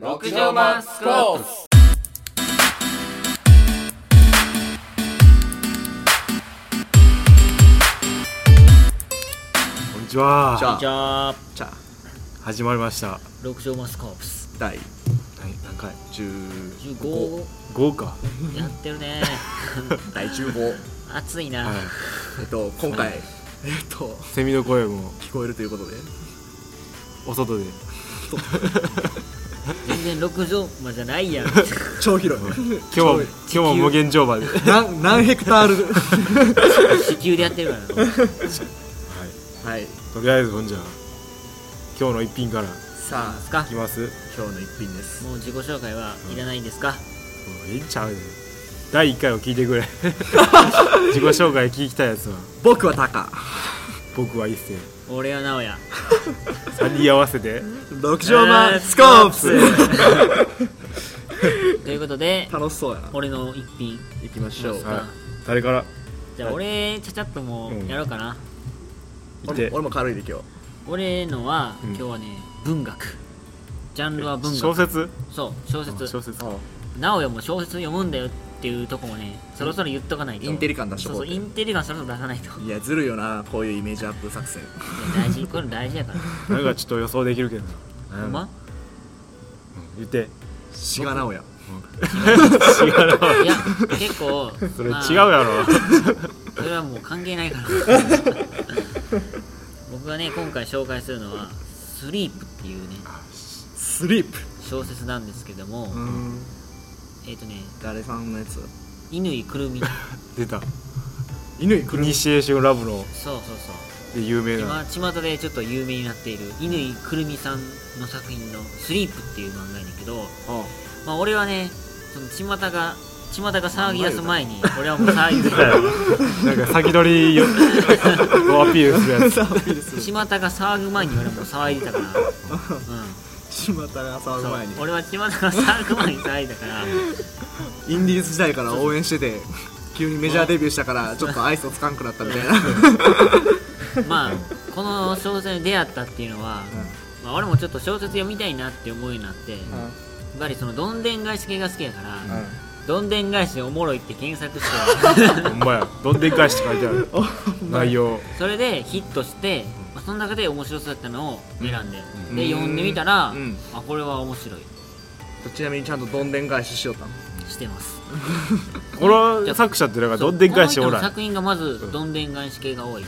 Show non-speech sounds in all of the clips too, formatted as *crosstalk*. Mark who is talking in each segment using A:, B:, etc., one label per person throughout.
A: 極上マンスコース
B: こんにちは
A: じゃあ
C: じゃあ
A: じゃあ
B: 始まりましたは
C: 六畳マスカープス
A: 第
B: い何回
C: 15
B: 15か
C: やってるね
A: 第15
C: 暑いな、
B: はい
A: えっと今回えっと
B: セミの声も
A: 聞こえるということで
B: お外で
C: 全然六畳間じゃないやん
A: 超広い
B: 今日も今日も無限乗馬で
A: *laughs* 何何ヘクタール
C: 地球でやってるからな
A: *laughs* はい
B: とりあえずほんじゃ今日の一品から
A: さ
C: です
A: あ
C: か
B: いきます
A: 今日の一品です
C: もう自己紹介はいらないんですか、
B: もういいんちゃうで第1回を聞いてくれ自己紹介聞きたいやつは
A: 僕はタカ
B: 僕は一世
C: 俺は直哉
B: 3人合わせて
A: 極上マンスコープ
C: プス *laughs* ということで
A: 楽しそうやな
C: 俺の一品
A: 行きましょう
C: はい
B: 誰から
C: じゃあ俺ちゃちゃっともうやろうかな、
B: 行っ
A: 俺
B: て
A: も俺も軽いで今日
C: 俺のは、
B: うん
C: 今日はね文学ジャンルは文
B: 小
C: 学
B: 説
C: そう小
B: うん小
C: 説
B: 説
C: 直哉も小説読むんだよっていうとこもねそろそろ言っとかないと
A: インテリ感出しと
C: そう
A: こ
C: そううインテリ感そろそろ出さないといや
A: いやずるいよなこういうイメージアップ作戦
C: 大事これ大事やから
B: なんかちょっと予想できるけどな
C: ほん
B: *laughs*
C: ま
B: うん言って
A: 志賀直哉
B: 違うない
C: や結構
B: それ違
C: まあ
B: うやろ
C: それはもう関係ないから *laughs* 僕がね今回紹介するのは「スリープ」っていうね
A: スリープ
C: 小説なんですけども、
A: うん
C: えっ、とね
A: 誰さんのやつ
C: 乾くるみ
B: 出た
A: 犬に
B: イニシエーションラブの
C: そうそうそ
B: で有名
C: う
B: な
C: 今巷でちょっと有名になっている乾くるみさんの作品の「スリープ」っていう漫画やねんけどまあ俺はねその巷が巷が騒ぎ出す前に俺はもう騒ぎ出
B: 出
C: す
B: *laughs* たよなんか先取りよ *laughs* をアピールするやつ
C: 巷が騒ぐ前に俺はもう騒いでたから、う
A: 島田が騒
C: ん、
A: ぐ
C: そう
A: 前に
C: 俺は巷が騒ぐ前に騒いでたから
A: インディーズ時代から応援してて急にメジャーデビューしたからちょっとアイスをつかんくなったみ *laughs* たいな
C: まあこの小説に出会ったっていうのは、まあ、俺もちょっと小説読みたいなって思うようになって、やっぱりそのどんでん返し系が好きやから、どんでん返しおもろいって検索して
B: ほんまやどんでん返しって書いてある内容
C: *laughs* それでヒットして、まあ、その中で面白そうだったのを選んで、
A: うん
C: で読んでみたら、
A: うん
C: あこれは面白い
A: ちなみにちゃんとどんでん返ししよったの
C: してます
B: この作者ってなんかどんでん返し
C: そう
B: お
C: この
B: ら
C: 人の
B: ん
C: 作品がまずどんでん返し系が多い、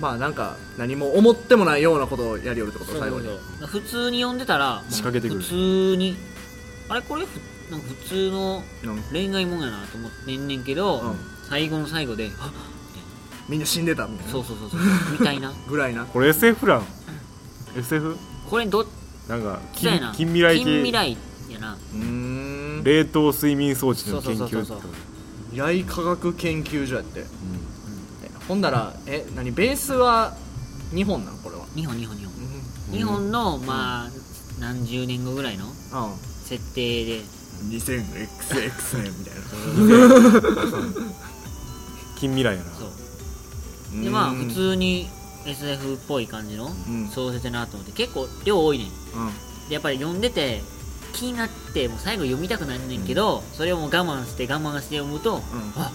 A: まあなんか何も思ってもないようなことをやりよるってこと最後に
C: 普通に読んでたら
B: 仕掛けてくる
C: 普通にあれこれふなんか普通の
A: うん
C: 恋愛もんやなと思ってんねんけど、
A: うん
C: 最後の最後であ
A: みんな死んでたみたいな
C: そうそうそうそうみた
A: *laughs*
C: いな
A: ぐらいな
B: これ SF なん SF?
C: これどっ
B: なんか
C: ちだよな
B: 近近未来
C: 近未
B: 系
C: 来やな
A: うーん
B: 冷凍睡眠装置
C: そ
B: の
C: うそ
B: 研
C: うそうそ
B: 究
C: う
B: って
C: そう
A: 未来科学研究所やってえほんだらえ何ベースは日本なんこれは
C: 日本日本日本、
A: う
C: 日本のまあ何十年後ぐらいの
A: ん
C: 設定で
A: 2000XX 年みたいな *laughs*
B: 近未来やな
C: そう
A: うん
C: でまあ普通に SF っぽい感じの
A: ん
C: 小説やなと思って結構量多いねん
A: うん
C: でやっぱり読んでて気になってもう最後読みたくなんねんけど、それをもう我慢して我慢して読む *laughs* と、あ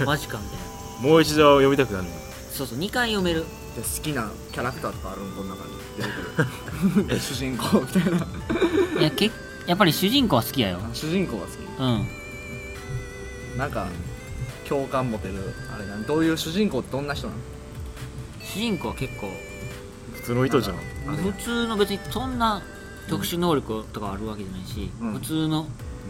C: おいマジかみたいな
B: もう一度読みたくなる
C: そうそう2回読める
A: で好きなキャラクターとかあるんこんな感じ出 *laughs* てくる主人公みたいない
C: やけやっぱり主人公は好きやよ
A: 主人公が好
C: うん
A: きなんか共感持てるあれなんどういう主人公ってどんな人なの
C: 主人公は結構
B: 普通の人じゃん
A: あれ
C: 普通の別にそんな特殊能力とかあるわけじゃないし、
A: うん
C: 普通の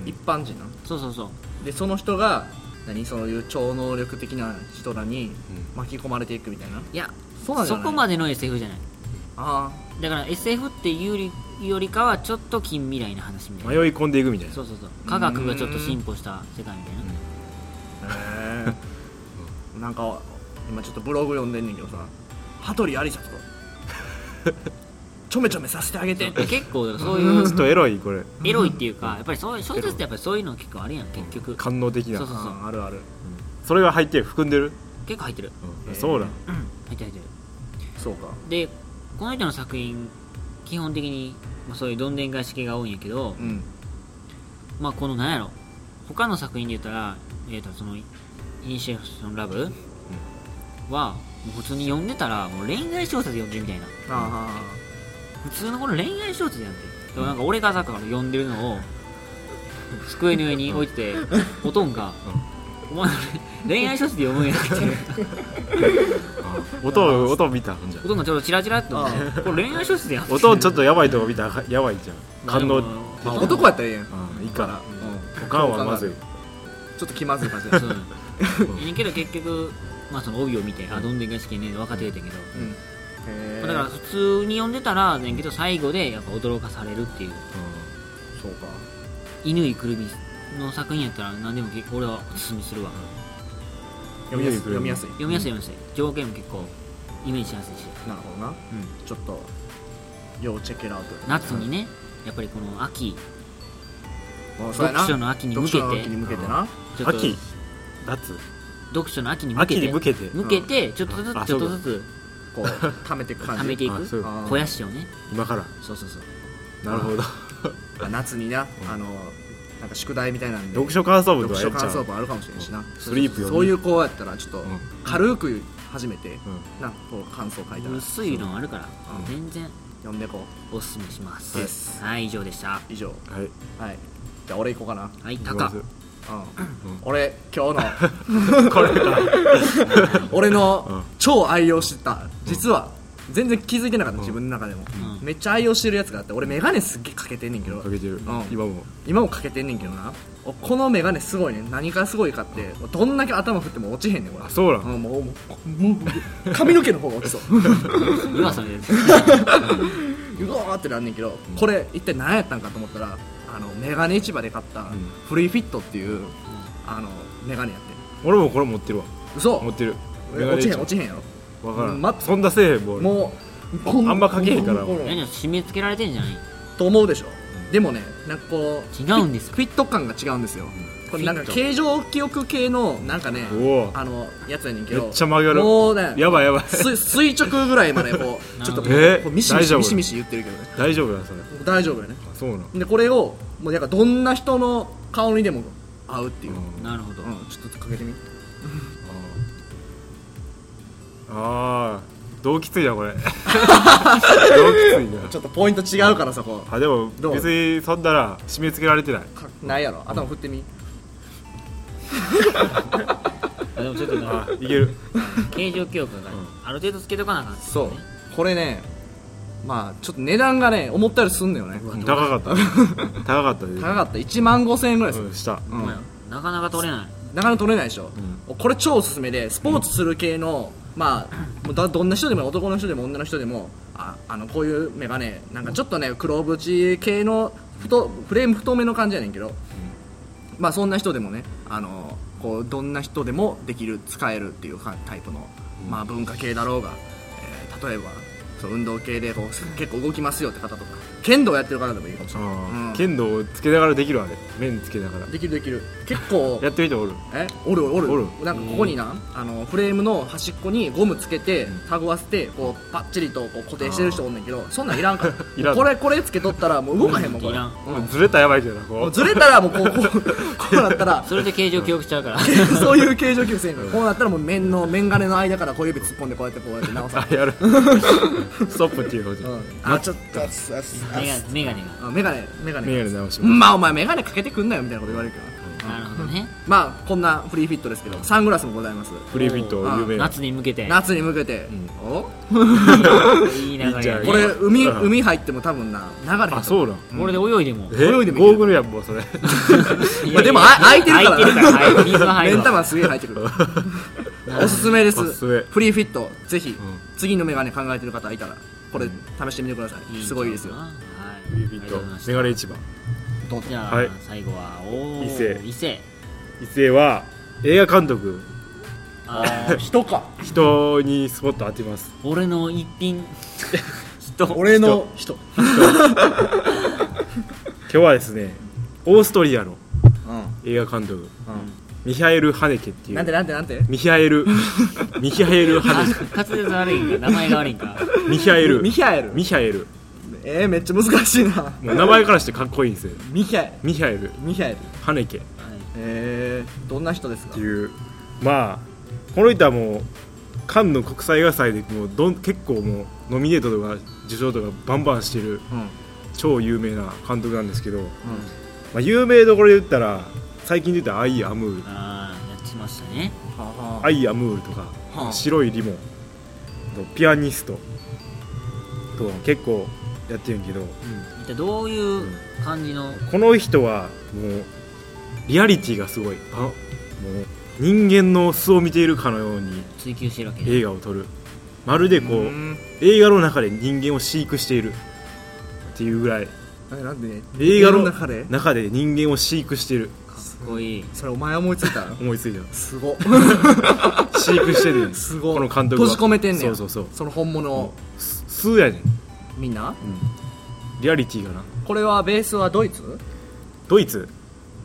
A: 一般人なの
C: そうそうそう
A: でその人が何そういう超能力的な人らに巻き込まれていくみたいない
C: や
A: そうなんじゃ
C: そ
A: ない
C: こまでの SF じゃない
A: あ
C: だから SF っていうよりよりかはちょっと近未来の話みたいな
B: 迷い込んでいくみたいな
C: そうそうそう科学がちょっと進歩した世界みたいな
A: あへ
C: *laughs*
A: えなんか今ちょっとブログ読んでんねんけどさ羽鳥ありさとかちょめちょめさせてあげてって
C: で結構そういう
B: ちょっとエロいこれ
C: エロいっていうか、やっぱりそういう小説ってやっぱりそういうの結構あるやん結局、
B: 官能的な
C: そうそうそう
A: あるある
B: それが入ってる含んでる
C: 結構入ってる
B: そうな
C: 入
B: ん
C: ってる入ってる
A: そうか
C: でこの人の作品基本的に、まあ、そういうどんでん返し系が多いんやけど、
A: うん
C: まあこのなんやろ他の作品で言ったら「えー、とそのイニシエーションラブ」はもう普通に読んでたらもう恋愛小説読んでるみたいな
A: あ
C: 普通のこの恋愛小説やんてでもなんか俺がさから読んでるのを机の上に置いてておとんが「お前恋愛小説で読むんや」って
B: うん音を音を見た
D: ほんじゃ
C: おとんがちょっとチラチラっと見てこれ恋愛小説やんって
B: 音ちょっとやばいとこ見たら *laughs* やばいじゃん感動
A: あ
C: まあ
A: 男やったらええやん
B: うんいいから
A: うん
B: おかんはまずい
A: ちょっと気まずい感じだ
C: そうやねんけど結局まあその帯を見て「あどんでんが好きね」分かってるんだけど
A: うんへ
C: まあだから普通に読んでたらねんけど最後でやっぱ驚かされるっていう
A: そうか
C: 乾井くるみの作品やったら何でも結構俺はおすすめするわ
A: 読みやすい
B: 読
A: 読
B: み
A: み
B: や
A: や
B: す
A: す
B: い
A: い
C: 読みやすい読みやすい条件も結構イメージしやすいし
A: なるほどな
B: うん
A: ちょっと要チェックラウト
C: 夏にねやっぱりこの秋
A: うんそうや
C: 読
A: な
C: 書の秋に向けて
A: 読書の秋に向けてな
C: ちょっと
B: 秋夏
C: 読書の秋に向けて
B: 秋に向けて
C: 向けてちょっとず
B: あ
C: つちょっとずつ
A: こう貯めていく感じ
C: 貯めてい
B: あそう
C: く
B: いうこ
A: あー
C: 肥やしをね
B: と今から
C: そうそうそう
B: なるほど
A: まあ夏になあのなんか宿題みたいなんで
B: 読書感想文と
A: 読
B: かや
A: 書感
B: っちゃ
A: 想
B: う
A: 文あるかもしれんしな
B: スリープ読み
A: そういう子やったらちょっと
B: ん
A: 軽く始めて
B: うん
A: なこう感想書いたら
C: 薄いのあるから
A: うん
C: 全然
A: 読んでこ
C: おすすめします
A: です
C: はい以上でした
A: う以上
B: はい
A: はいじゃあ俺行こうかな
C: はいタカ
A: うん俺今日の
B: *laughs* これか
A: 俺
B: うん
A: の超愛用してた実は全然気づいてなかった自分の中でも、
C: うん
A: めっちゃ愛用してるやつがあって俺メガネすっげえかけてんねんけど
B: かけてる
A: うん
B: 今も
A: 今もかけてんねんけどなおこのメガネすごいね何がすごいかってどんだけ頭振っても落ちへんねんこれ
B: あそうな
A: う
B: の
A: んもうもうもう髪の毛の方が落ちそう
B: *laughs*
C: 岩
A: *laughs*
C: さんです
A: うわーってなんねんけどこれ一体何やったんかと思ったらあのメガネ市場で買ったフリーフィットっていう、あのメガネやって
B: 俺もこれ持ってるわ
A: ん嘘
B: 持ってる
A: え落ちへん落ちへんやろ
B: わからん、
A: ま
B: そんなせえへんもう
A: もうこ
B: あんまかけへんから
A: こ
C: 何を締め付けられてんじゃない
A: と思うでしょ、でもねなんかこう
C: 違うんですか
A: フィット感が違うんですよ、これなんか
C: フィット
A: 形状記憶系のなんかね
B: おお
A: あのやつやねんけど
B: めっちゃ曲がる
A: もうね
B: やばいやばい
A: す垂直ぐらいまでこ
B: *laughs*
A: うちょっとこう,、
B: えー
A: ミシミ
B: 大
A: シ
B: 丈夫
A: ミシミシ言ってるけどね
B: *laughs* 大丈夫なそれ
A: 大丈夫よね
B: あそうなの
A: でこれをもうなんかどんな人の顔にでも合うっていう、うん
C: なるほど
A: ちょっとかけてみ
B: ああ動機ついなこ *laughs* れ動機ついな
A: ちょっとポイント違うからさこ
B: あでも
A: どう
B: 別にそんなら締め付けられてないう
A: かないやろ頭振ってみ、
C: あでもちょっとなん
B: あ
C: か
B: いける
C: 形状記憶がある程度つけとかなあかんっすね
A: そうこれねまあちょっと値段がね思ったよりすんのよね
B: 高か *laughs* った高かったで
A: 高かった1万5000円ぐらいでする
B: うんした
A: う
C: ほん
A: ん
C: まやなかなか取れない
A: なかなか取れないでしょ、これ超おすすめでスポーツする系の、まあもうだどんな人でも男の人でも女の人でもああのこういうメガネなんかちょっとね黒縁系の太フレーム太めの感じやねんけど、まあそんな人でもねあのこうどんな人でもできる使えるっていうかタイプの、まあ、文化系だろうが、えー例えばそう運動系でこう結構動きますよって方とか剣道やってる方でもいいかもしれない、
B: あ
A: うん
B: ー剣道をつけながらできるあれ面つけながら
A: できるできる結構
B: やってみておる
A: えおるおる
B: お
A: お
B: る
A: るなんかここになあのフレームの端っこにゴムつけてタグ合わせてこうパッチリとこう固定してる人おんねんけどそん *laughs* なんいらんから
B: いらん
A: これこれつけとったらもう動かへんもんこ
C: い
A: れ
C: らん
A: うん
B: ずれたらやばいけどな
A: も
B: こ
A: うずれたらもうこうこうこうなった *laughs* ら
C: それで形状記憶しちゃう *laughs* から
A: そういう形状記憶せんからこうなったらもう面の面金の間から小指突っ込んでこうやってこうやって直さ
B: うあ *laughs* やるストップっていうことじゃ
A: うんんあちょっとあすあすあ
C: メガメガネ
A: あメガネメガ
B: 眼
A: ネ
B: 鏡直し
A: う
B: ます
A: んまあお前メガネかけてくんなよみたいなこと言われるけど
C: がなるほどね
A: まあこんなフリーフィットですけどサングラスもございます
B: フリーフィット有名な
C: 夏に向けて
A: 夏に向けて、お
C: いい流
B: いいんじ
C: れ
B: ゃない
A: これ海
B: うん
A: 海入っても多分な流れへん
B: あそうなん
C: これで泳いでも
B: え
A: 泳いでもいい
B: ゴーグルやんもうそれ
A: まあでもあ開いてるから
C: 開いてるからはい水は
A: 目
C: 入る
A: ん
C: わ
A: 玉すげえ入ってくる
B: *laughs*
A: おすすめです
B: おすすめ
A: フリーフィットぜひ、
B: ん
A: 次のメガネ考えてる方いたらこれ試してみてください、すごいですよ
C: はい
B: フリーフィットメガネ市場
A: どうぞ
C: じゃ
B: は
C: あ
B: い
C: 最後はおー
B: 伊勢
C: 伊勢
B: 一世は映画監督
C: あ
A: *laughs*
C: ー
A: 人か
B: 人にスポット当てます
C: 俺の一品人
A: 俺の人
B: 今日はですねオーストリアの
A: う
B: 映画監督
A: ん
B: ミヒャエル・ハネケっ
A: う
B: てい
A: ん、
B: う
A: なんてなんてなんて
B: ミヒャエル *laughs* ミヒャエル・ハネ
C: *laughs* あ滑舌悪いんか名前が悪いんか
B: ケミヒャエル
A: ミヒャエル
B: ミヒャエル
A: えー、めっちゃ難しいな
B: もう名前からしてかっこいいんですよ
A: ミヒャエル
B: ミヒャエル
A: ミヒャエル
B: ハネケっ
A: えー、どんな人ですか
B: ていうまあこの人はもうカンヌ国際映画祭でもうどん結構もうノミネートとか受賞とかバンバンして
A: う
B: る
A: んうん
B: 超有名な監督なんですけど、まあ、有名どころで言ったら最近で言ったら「アイ・アムール」
C: ああやってましたね
A: はあ
B: 「
A: は
B: アイ・アムール」とか
A: はあ
B: 「白いリモン」と「ピアニスト」とか結構やってるんやけど
C: 一体どういう感じの
B: この人はもうリアリティがすごいあもう人間の素を見ているかのように
C: 追求してるわけ
B: 映画を撮るまるで
A: あ
B: こう、
A: うん
B: 映画の中で人間を飼育しているっていうぐらい
A: えなんで
B: 映画の
A: 中で
B: 中で人間を飼育している
C: かっこいい
A: それお前思いついた
B: 思いついた
A: すご
B: 飼育し
A: *laughs*
B: てるんです
A: すご
B: この監督
A: 閉
B: は
A: じ込めてんねん
B: そうそうそう
A: その本物を
B: す素やねん、
A: みんな
B: リアリティがな
A: これはベースはドイツ
B: ドイツ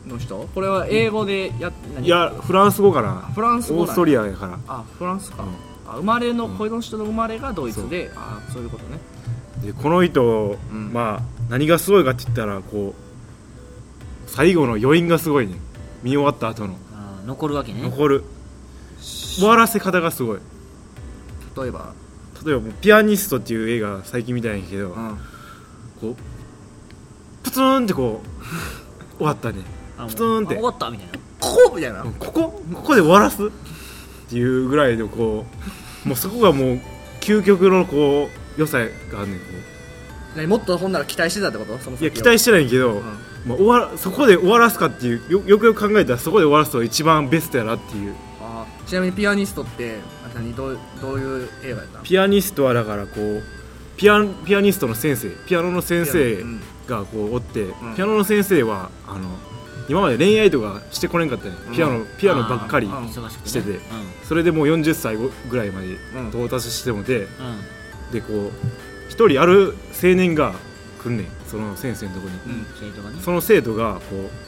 A: の人これは英語でやっ何
B: いやフランス語かな
A: フランス語なん
B: オー
A: や
B: ストリアやから
A: あフランスか、
B: うん
A: あ生まれのこの人の生まれがドイツで、あそういうことね
B: でこの人、
A: うん
B: まあ何がすごいかって言ったらこう最後の余韻がすごいね見終わった後の
C: あー残るわけね
B: 残る終わらせ方がすごい
A: 例えば、
B: 例えばもうピアニストっていう映画最近見たんやけど、
A: うん、
B: こうプツンってこう終わったね
C: あもう
B: プツンって
C: あ終わったみたいな
A: こうみたいな、
B: ここここで終わらすっていうぐらいのこうもうそこがもう究極のこう良さがあんねんこ
A: 何もっとほんなら期待してたってことその
B: うい
A: 先を
B: や期待してないけど、
A: ん
B: まあ、終わらそこで終わらすかっていうよよくよく考えたらそこで終わらすのが一番ベストやなっていう
A: あちなみにピアニストってあ何どうどういう映画やった
B: ピアニストはだからこうピアピアニストの先生ピアノの先生
A: うん
B: がこうおって、
A: ん
B: ピアノの先生はあの今まで恋愛とかしてこれんかったね、
A: うん
B: ピアノピアノばっかり
A: あーうん
C: 忙しくね
B: してて
C: うん
B: それでもう40歳ぐらいまで
A: うん
B: 到達してもて、
C: うん
B: でこう一人ある青年が来んねんその先生のとこに、
C: うん生徒がね
B: その生徒がこ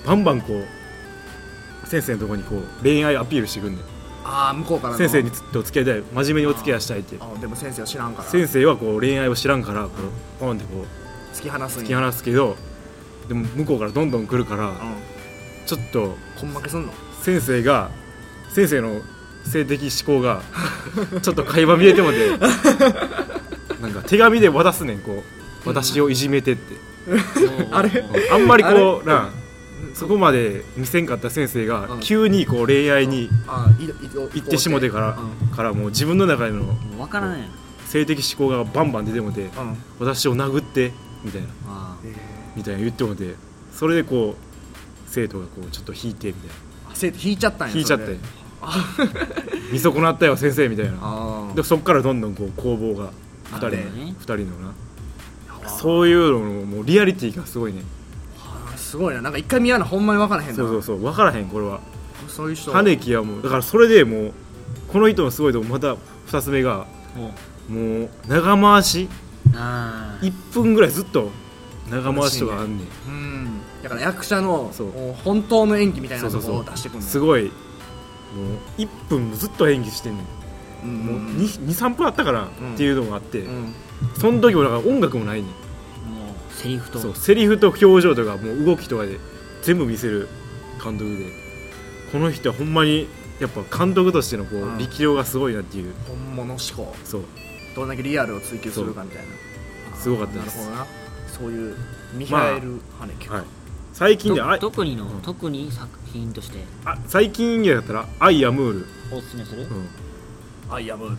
B: うバンバンこう先生のとこにこう恋愛アピールしてくんねん
A: ああ向こうからの
B: 先生につと付き合いたい真面目にお付き合いしたいって
A: あでも先生は知らんから
B: 先生はこう恋愛を知らんからこうポンってこう
A: 突き放す
B: 突
A: ん
B: き
A: や
B: 放すけどでも向こうからどんどん来るから
A: うん
B: ちょっと
A: こん負けすんの
B: 先生が先生の性的思考 *laughs* がちょっと会話見えてもでなんか手紙で渡すねんこう私をいじめてって
C: おー
A: あれ
C: おー
B: あんまりこ
A: あ
B: うなそこまで見せんかった先生
A: う
B: が
A: ん
B: 急にこう恋愛に
A: あいい
B: 行ってしもてから
A: う
B: からもう自分の中での
C: もう分からないの
B: 性的思考がバンバン出てもて
A: んうん
B: 私を殴ってみたいな
C: あー
B: みたいな言ってもてそれでこう生徒がこうちょっと引いてみたいな
A: 生徒引いちゃったんや
B: 引いちゃっ
A: それ
B: て
A: で
B: 見損なったよ先生みたいな
A: あ
B: でそっからどんどんこう攻防が2人
A: なる
C: ほど
B: の
C: ね
B: 二人のな
A: あ
B: そういうのももうリアリティがすごいね
A: あすごいななんか一回見やなほんまに分からへんな
B: そうそうそう分からへんこれは
A: そういう人
B: 羽根木はもうだからそれでもうこの人のすごいとこまた2つ目が
C: もう
B: もう長回し
C: あー
B: 1分ぐらいずっと長回しとかあんねん
A: うんだから役者の
B: そう
A: もう本当の演技みたい
B: そ
A: な
B: うそ
A: と
B: う
A: こ
B: そ
A: を
B: う
A: 出してくる
B: す
A: ご
B: ごいもう1分ずっと演技してんねん
A: いうん
B: もう23分あったからっていうのがあって、
A: うん
B: その時もだから音楽もないねん
C: もうセリフと
B: そうセリフと表情とかもう動きとかで全部見せる監督でこの人はほんまにやっぱ監督としてのこう、
A: うん
B: 力量がすごいなっていう
A: 本物志向
B: そう
A: どんだけリアルを追求するかみたいなあー
B: すごかったです
A: なるほどなそういうミハエル・ハネケ
B: はい最近であ
C: と特にの特に作品として
B: あ最近やったら「アイ・アムール」
C: おすすめする
B: うん
A: アイアムール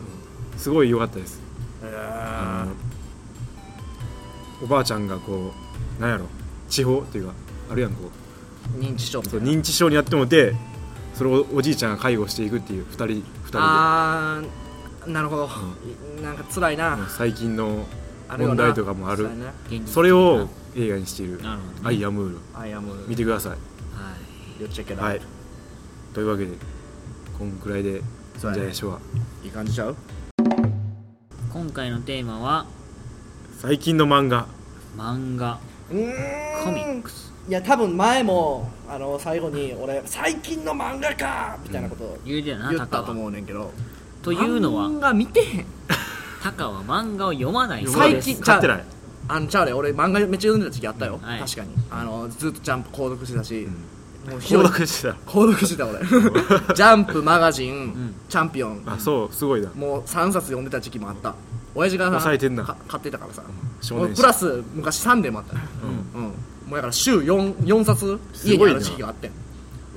B: すごい良かったです
A: え
B: あ
A: ー
B: のおばあちゃんがこうなんやろ地方っていうかあるやんこう
A: 認知症みた
B: そう
A: いな
B: 認知症になってもてそれをおじいちゃんが介護していくっていう2人二人で
A: あーなるほど、なんか辛いな、
B: もう最近の
A: あるよな
B: 問題とかもある
A: 辛いね
C: 現実的な
B: それを映画にしている
C: なるほ
B: 「
C: ど
B: ア
C: ね
B: イ・アムール
A: アイアムー」ル
B: 見てください
C: はい
A: よっちゃいけない、
B: はいというわけでこんくらいでいいんじゃないでしょうか
A: いい感じちゃう
C: 今回のテーマは
B: 最近の漫画
C: 漫画
A: うーん
C: コミックス
A: いや多分前もあの最後に俺最近の漫画かみたいなこと
C: 言うてたな
A: 言った
C: タカ
A: と
C: は
A: 思うねんけど
C: というのは
A: 漫画見てへん
C: タカは漫画を読まない
B: 読
C: そう
B: まない
A: 最
C: です
A: 近 *laughs*
B: 買ってない
A: あのちゃうで俺漫画めっちゃ読んでた時期あったよ、
C: はい
A: 確かにあのずっとジャンプ購読してたし、もうひど
B: 購
A: い
B: 読してた
A: 購読してた俺ジャンプマガジン、チャンピオン
B: あそうすごいな
A: もう3冊読んでた時期もあった親父が
B: 抑えてんな
A: か買ってたからさ
B: 少
A: もう
B: 年誌
A: プラス昔サンデーもあった、うんもうだから週 4, 4冊家にある時期があって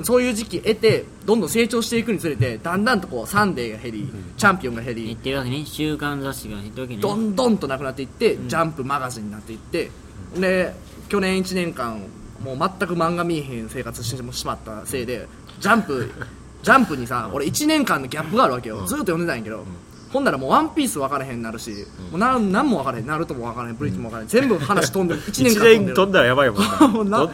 A: そういう時期得てどんどん成長していくにつれてだんだんとこうサンデーが減り、チャンピオンが減
C: 言っ
A: り
C: てるわけね週刊雑誌が言ってるわけね
A: どんどんとなくなっていって、ジャンプマガジンになっていってで去年1年間もう全く漫画見えへん生活してしまったせいでジャン *laughs* プジャンプにさ俺1年間のギャップがあるわけよ、ずっと読んでたんやけど、ほんならもう「ワンピース分からへんなるし、もうなん、何も分からへんナルトも分からへんブリッジも分からへん、全部話飛んで *laughs* る1年
B: 一
A: 間飛んで
B: 年
A: る
B: 飛んだらやばいもんな
A: *laughs* もうな
B: ど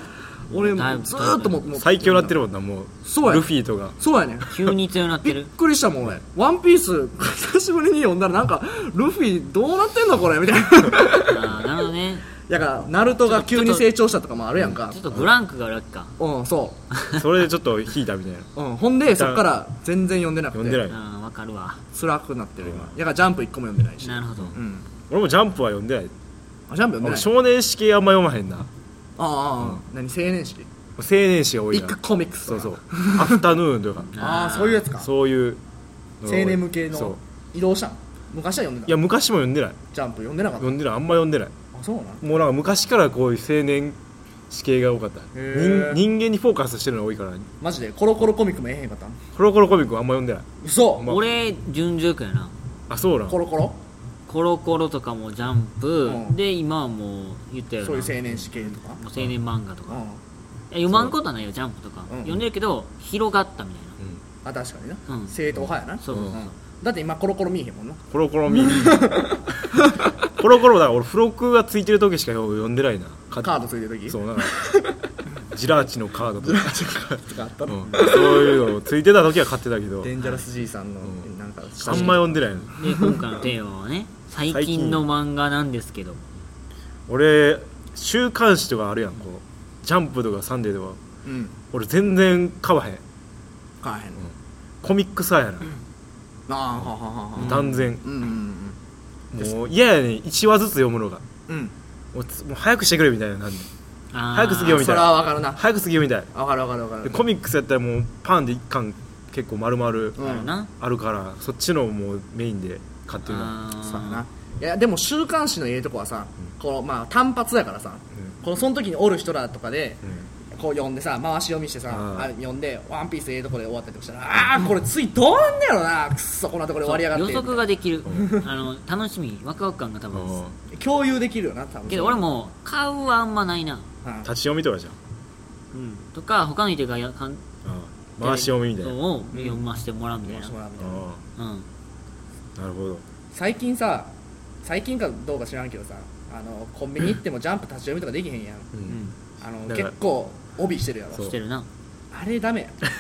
A: 俺も
C: だいうぶ
A: ずーっともうもう
B: 最強になってるもんなもう
A: そうや
B: ルフィとか
A: そうやねん
C: 急に強くなって
A: びっ
C: る
A: くりしたもん俺「ワンピース久しぶりに読んだらなんかルフィどうなってんのこれみたいな *laughs*
C: ああなるほどね
A: だからナルトが急に成長したとかもあるやんか
C: ちょっとブランクがあるわけか
A: うんそ
B: それでちょっと引いたみたいな
A: う、うん、ほんでそっから全然読んでなく
B: 読んでな
A: て
B: い
A: *laughs*
C: ああわかるわ
A: 辛くなってる今だからジャンプ1個も読んでないし
C: なるほど
A: うん
B: 俺もジャンプは読んでない
A: あジャンプ読んで
B: 俺
A: ない
B: 少年誌系あんま読まへんな青
A: ああああ何青年誌
B: 年誌が多い
A: ビ
B: か
A: ッ
B: ら
A: グコミックス
B: そう
A: とか
B: そうアフタヌーンとか
A: ああそういうやつか
B: そういうの
A: 青年向け
B: そう
A: の移動したん昔は読ん
B: い
A: で
B: や
A: た
B: 昔も読んでない
A: ジャンプ読んでなかった
B: 読んでないあんま読んでない
A: あそうなん
B: もうなんか昔からこういう青年誌系が多かった
A: へー
B: 人人間にフォーカスしてるの多いから
A: マジでコロコロコミックもええへんかったん
B: コロコロコミックはあんま読んでない
A: 嘘
B: まあ
C: 俺準々やな
B: あそうなん
A: コロコロ
C: コロコロとかもジャンプ、
A: うん
C: で今はもう言ったよな
A: そういう青年誌系とか
C: もう青年漫画と
A: う
C: か、
A: ん
C: いや読まんことはないよジャンプとか、
A: うん
C: 読んでるけど広がったみた
A: あ
C: い
A: 確かにな
C: うん
A: 正統派やな
C: なそうそう
A: う
C: そ
A: ん
C: う、
A: だって今コロコロ見えへんもんな
B: コロコ
A: *laughs*
B: ロミコロコロだから俺付録がついてる時しか読んでないなカ
A: カードついてる時
B: そうなんかジラーチのカード
A: *laughs*
B: とか、
A: とかあった
B: う
A: の
B: ん、そういうのついてた時は買ってたけどあ
A: デンジャラス爺さんの
B: ん
A: なんか写
B: ん
A: 真
B: ま読んでないの
C: で今回のテーマはね最近の漫画なんですけど
B: 俺週刊誌とかあるやんこうジャンプとかサンデーとか
A: うん
B: 俺全然買わへん
A: 買わへんの
B: コミックさやな、
A: ああはははは
B: 断然
A: うんうん
B: もう嫌やねん1話ずつ読むのが
A: うんうん
B: もうつもう早くしてくれみたいななんで
C: あー
B: 早く次読み
A: そ
B: たい
A: れは分かるな
B: 早く次読みたい
A: 分かる分かる分か
B: で
A: る
B: コミックスやったらもうパンで1巻結構丸々
A: うん
C: あるな
B: あるからそっちのもうメインで買ってるな
C: あー
A: そうやないやでも週刊誌のええとこはさこのまあ単発やからさこのその時におる人らとかで
B: う
A: こう読んでさ回し読みしてさ
B: うん
A: あれ読んで「ワンピースええとこで終わったりとかしたらああーこれ次どうなんだろうなくっそこんなとこで終わりやがっ
C: 予
A: て
C: 測ができるあの楽しみワクワク感が多分
B: ん
C: で
B: あ
A: 共有できるよな多分
C: すけど俺も買うはあんまないな、
A: うん
B: 立ち読みとかじゃん
C: うん、とか他の人がやかん
B: 回し読みみたいな
C: のを読ませてもらうみたいな、
B: あ
C: うん、
B: あなるほど
A: 最近さ最近かどうか知らんけどさあのコンビニ行ってもジャンプ立ち読みとかできへんやん
B: う
C: うんん、
A: あの
B: だから
A: 結構帯してるやろ
B: そう
C: してるな
A: あれダ
C: *laughs*
A: メや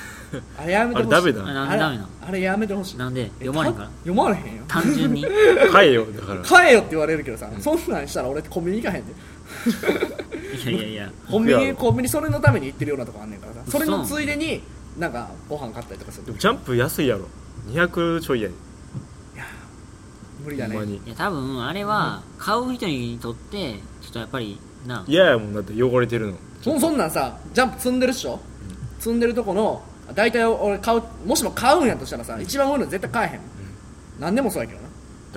A: あれやめてほしい
B: あれダメだ
C: あな
B: な
A: あれ
C: んでダメなの
A: あれやめてほしい
C: なんで
A: え
C: 読まれへんから
A: た読まれへんよ
C: 単
A: *laughs*
C: 純に
B: 買えよだから
A: 買えよって言われるけどさ、そんなんしたら俺コンビニ行かへんで
C: いやいやいや
A: コンビ
B: いや
A: ニコンビニそれのために行ってるようなとこあんねんからさそれの
C: 嘘
A: ついでになんかご飯買ったりとかす
B: で
A: る
B: もジャンプ安いやろ200ちょいやで
A: 無理だね
B: ほんまに
C: いや多分あれは買う人にとってちょっとやっぱりな
B: 嫌やもんだって汚れてるの
A: そそんなんさジャンプ積んでるっしょ、積んでるとこの大体俺買うもしも買うんやとしたらさ一番多いの絶対買えへん、なんでもそうやけど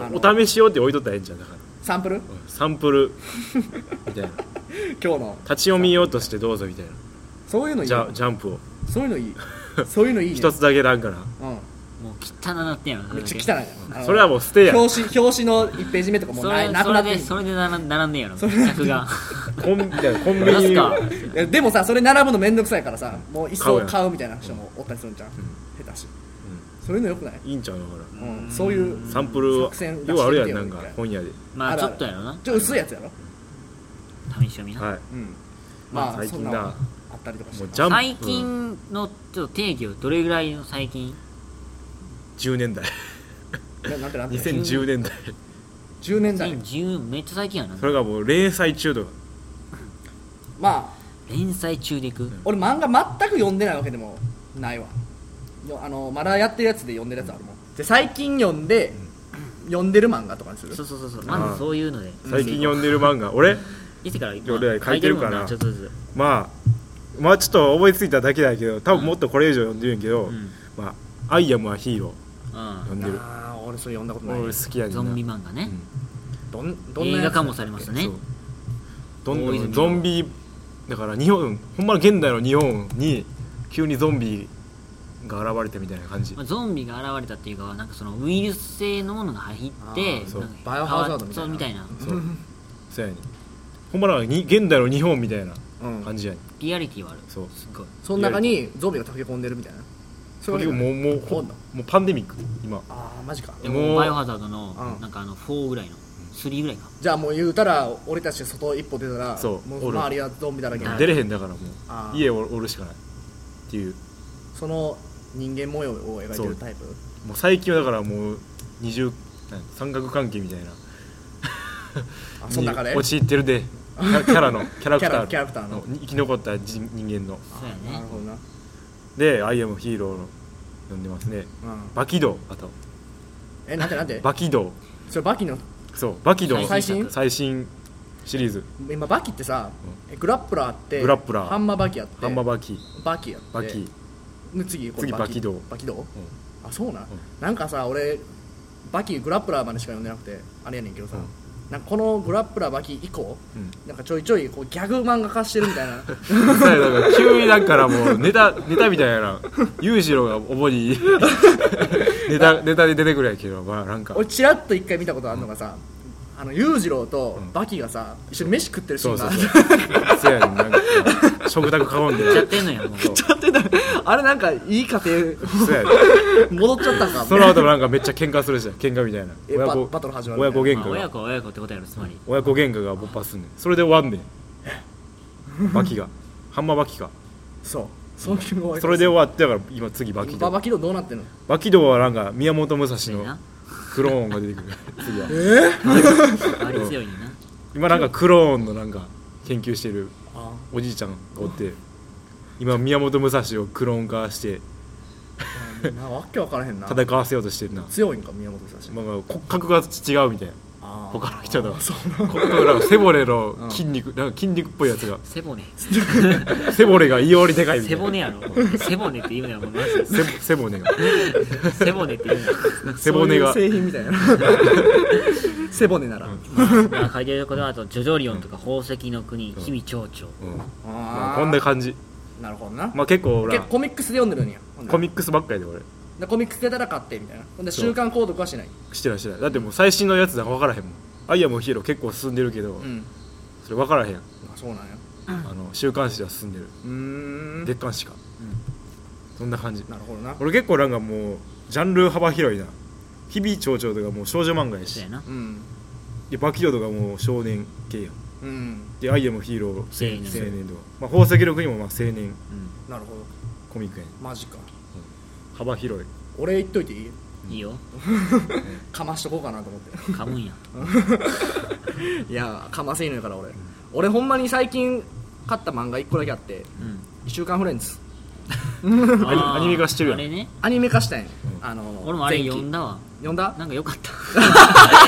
A: なあの
B: お試し用って置いとったらええんじゃんだから
A: サンプル
B: うんサンプルみたいな立
A: 今日の
B: ち読み用としてどうぞみたいな
A: そういうのいい
B: ジャジャンプを
A: そういうのい
B: *laughs*
A: いそういうのいいね
B: 一つだけなんから
A: う
C: もう汚なってんやろ
A: ん、めっちゃ汚い
C: それだ
A: なあの
B: それはもう捨てや
A: 表紙表紙の1ページ目とか
C: け
A: もう
C: そ
A: な
C: れ
A: いなく
C: そ
A: な
C: れ
A: って
C: で
A: ん
C: それで並ん並んでんやろ客が
A: *laughs*
B: コンみたいなコンビ
C: 出
B: ニ
C: すか
A: いやでもさそれ並ぶのめんどくさいからさもう一
B: 買う
A: 層
B: やん
A: 買うみたいな人もおったりするんじゃん、下手し、そういうのよくない、
B: いいんちゃうのか
A: う、
B: なん
A: そういう
B: サンプル
A: 作戦出
B: ようあるやん
A: してみてよ
B: なんか本屋で
C: ま
A: あ
C: あ
A: る
C: ち
A: あ
C: ょ
A: る
C: っとやろな
A: ちょっと薄いやつやろ、
C: 試し読みな、
B: はい
A: うん、まあ
B: 最
A: そん
B: 近
A: なの
B: だ
A: あったりとかして
B: もうジャンプ
C: 最近のちょっと定義をどれぐらいの最近
B: 10年
C: *laughs*
B: 代
A: ななんてなんて
B: 2010年代
A: 10年代
C: 2010めっちゃ最近やな
B: それがもう連載中とか
A: まあ
C: 連載中でいく
A: 俺漫画全く読んでないわけでもないわよあのまだやってるやつで読んでるやつあるもんで最近読んで、読んでる漫画とかにする
C: そうそうそうそうまずそういうので
B: 最近読んでる漫画俺
C: いつからまあ
B: 俺書いてる
C: 書いても
B: から
C: んなちょっとず
B: まあまあちょっと思いついただけだけど多分もっとこれ以上読んでるんやけど、
C: つうん
B: まあ「アイアムはヒーロー」
C: う
B: 読んでる
A: ああ俺それ読んだことない
B: 俺好きやね
C: ん
B: ん
C: ゾ
B: な
C: ンビ漫画ね
A: どんどんな
C: 映
A: や
C: 画
A: つ
C: 化もされましたね
B: そうどん
C: 大
B: ど
C: 泉
B: んゾンビだから日本ほんまの現代の日本に急にゾンビが現れてみたいな感じ
C: まあ、ゾンビが現れたっていうかなんかそのウイルス性のものが入って
A: あー
B: そう
C: なんか
A: バイオハザードみたいな
C: そうみたいな
B: そうそうやねんほんまなんかに現代の日本みたいな
A: うん
B: 感じやねん
C: リアリティはある
B: そう
C: すっごい
A: その中にゾンビが溶け込んでるみたいなそう
B: こ
A: い
B: れ
A: うわけ
B: もうもう
A: ほ
B: ほ
A: ん
B: も
A: の
B: うパンデミック今
A: ああマジか
C: で
B: も
C: も
B: う
C: バイオハザードの
A: うん
C: なんかあの4ぐらいの3ぐらいか
A: じゃあもう言うたら俺たち外一歩出たら
B: そう
A: も
B: おる
A: 周りはゾンビだらけ
C: はい
B: 出れへんだからも
A: あー
B: う家おおるしかないっていう
A: その人間模様を描いてるタイプ
B: もう最近はだからもう二重なん三角関係みたいな
A: あその中で
B: に陥って
A: *laughs*
B: るでキャキャラのキャラクターの
A: キャラキャラクターの
B: 生き残った人人間の
C: そう
A: あーな
C: やね
A: るほどな
B: で「アイアムヒーロー」の呼んでますね
A: うん
B: バキドーあと
A: えなんてなんて
B: バキドー
A: それバキの
B: そうバキドーの
A: 最新
B: 最新シリーズ
A: 今バキってさえグラップラーって
B: グラップラー
A: ハンマーバキやって
B: ハンマーバキ
A: バキやって
B: バキ
A: で次これ
B: 次バキドー
A: バキドーあそうなん、
B: ん
A: なんかさ俺バキグラップラーまでしか読んでなくてあれやねんけどさ、
B: うん
A: なんかこのグラップラーバキ以降
B: うん
A: なんかちょいちょいこうギャグ漫画化してるみた
B: *laughs*
A: いな
B: そうやだから急にだからもうネタネタみたいな裕次郎が主に
A: *laughs*
B: ネタネタで出てくるやけどまあなんか
A: 俺ちらっと一回見たことあるのがさ、あの裕次郎とバキがさ一緒に飯食ってるシー
B: そ
A: ンが
B: うそ
A: あ
B: う
A: る
B: そうそうやねんなんか食卓囲んで
C: やっちゃってんのやもう
A: ちゃってた *laughs* あれなんかいい家庭
B: そうやねん
A: 戻っちゃったんか
B: *laughs* その後もなんかめっちゃ喧嘩するじゃん喧嘩みたいな
A: え
B: 親
A: バ
B: 子
A: バトル始まる
B: 親子喧
C: まあ
B: 嘩
C: 親
B: が
C: 子は親子ってことやろつまり
B: 親子喧嘩が勃発すんねんそれで終わんねんバキがハンマーバキか
A: そうその気分
B: それで終わってだから今次バキ
A: バ
B: ド
A: バキドーどうなってんの
B: バキドはなんか宮本武蔵
C: 強いな
B: のクローンが出てくる
A: *laughs*
B: 次は
C: あれ強いねんな
B: 今なんかクローンのなんか研究してる
A: あ
B: おじいちゃんがおって今宮本武蔵をクローン化して
A: ーなわけわからへんな
B: 戦わせようとしてるな、
A: 強いんか宮本さん
B: まあ、まあ骨格が違うみたいな
A: あー
B: 他の人の
A: あーそう
B: 骨格なんか背骨の筋肉、なんか筋肉っぽいやつが
C: 背骨
B: 背骨が異様にでかいみた
C: 背
B: いな
C: 骨やろ *laughs* 背骨って言うなよもうマジ
B: 背背骨が
C: で背骨って言うなよ
B: *laughs* 背骨が
A: そういう製品みたい
B: *laughs*
A: な背骨なら、
C: まあ書いてることはあとジョジョリオンとか宝石の国日々蝶々
B: うんま
A: あ
B: あ、
A: ー
B: こんな感じ
A: なるほどな、
B: まあ結構俺
A: 結構コミックスで読んでるんやほんなら
B: コミックスばっかりで俺
A: でコミックスで戦ってみたいなほんで週刊購読はしない
B: してないしてないだってもう最新のやつなんか分からへんもんアイアムヒーロー結構進んでるけど、
A: うん
B: それ分からへん
A: あそうなんや
B: あの週刊誌では進んでる、
A: うーん
B: 月刊誌か、そんな感じ
A: なるほどな
B: 俺結構なんかもうジャンル幅広いな日々町長とかもう少女漫画
C: そ
B: や
C: う
B: し
C: やな
A: うん
B: でバキドとかもう少年系やん
A: うん
B: でアイアムヒーロー
C: 青年
B: 青年とか、まあ、宝石の国もまあ青年
A: なるほど
B: コミックやん
A: マジか
B: 幅広い
A: 俺言っといていい
C: いいよ
A: かましとこうかなと思って
C: 噛むんや
A: いやかませんのやから俺、俺ほんまに最近買った漫画1個だけあって「一週間フレンズ
B: アニアニメ化してるや
C: あ
B: ん
C: れね」
A: アニメ化したんや、あの
C: 俺もあれ読ん
A: 前期
C: だわ
A: 読んだ
C: なんかよかっ
B: *laughs*
C: た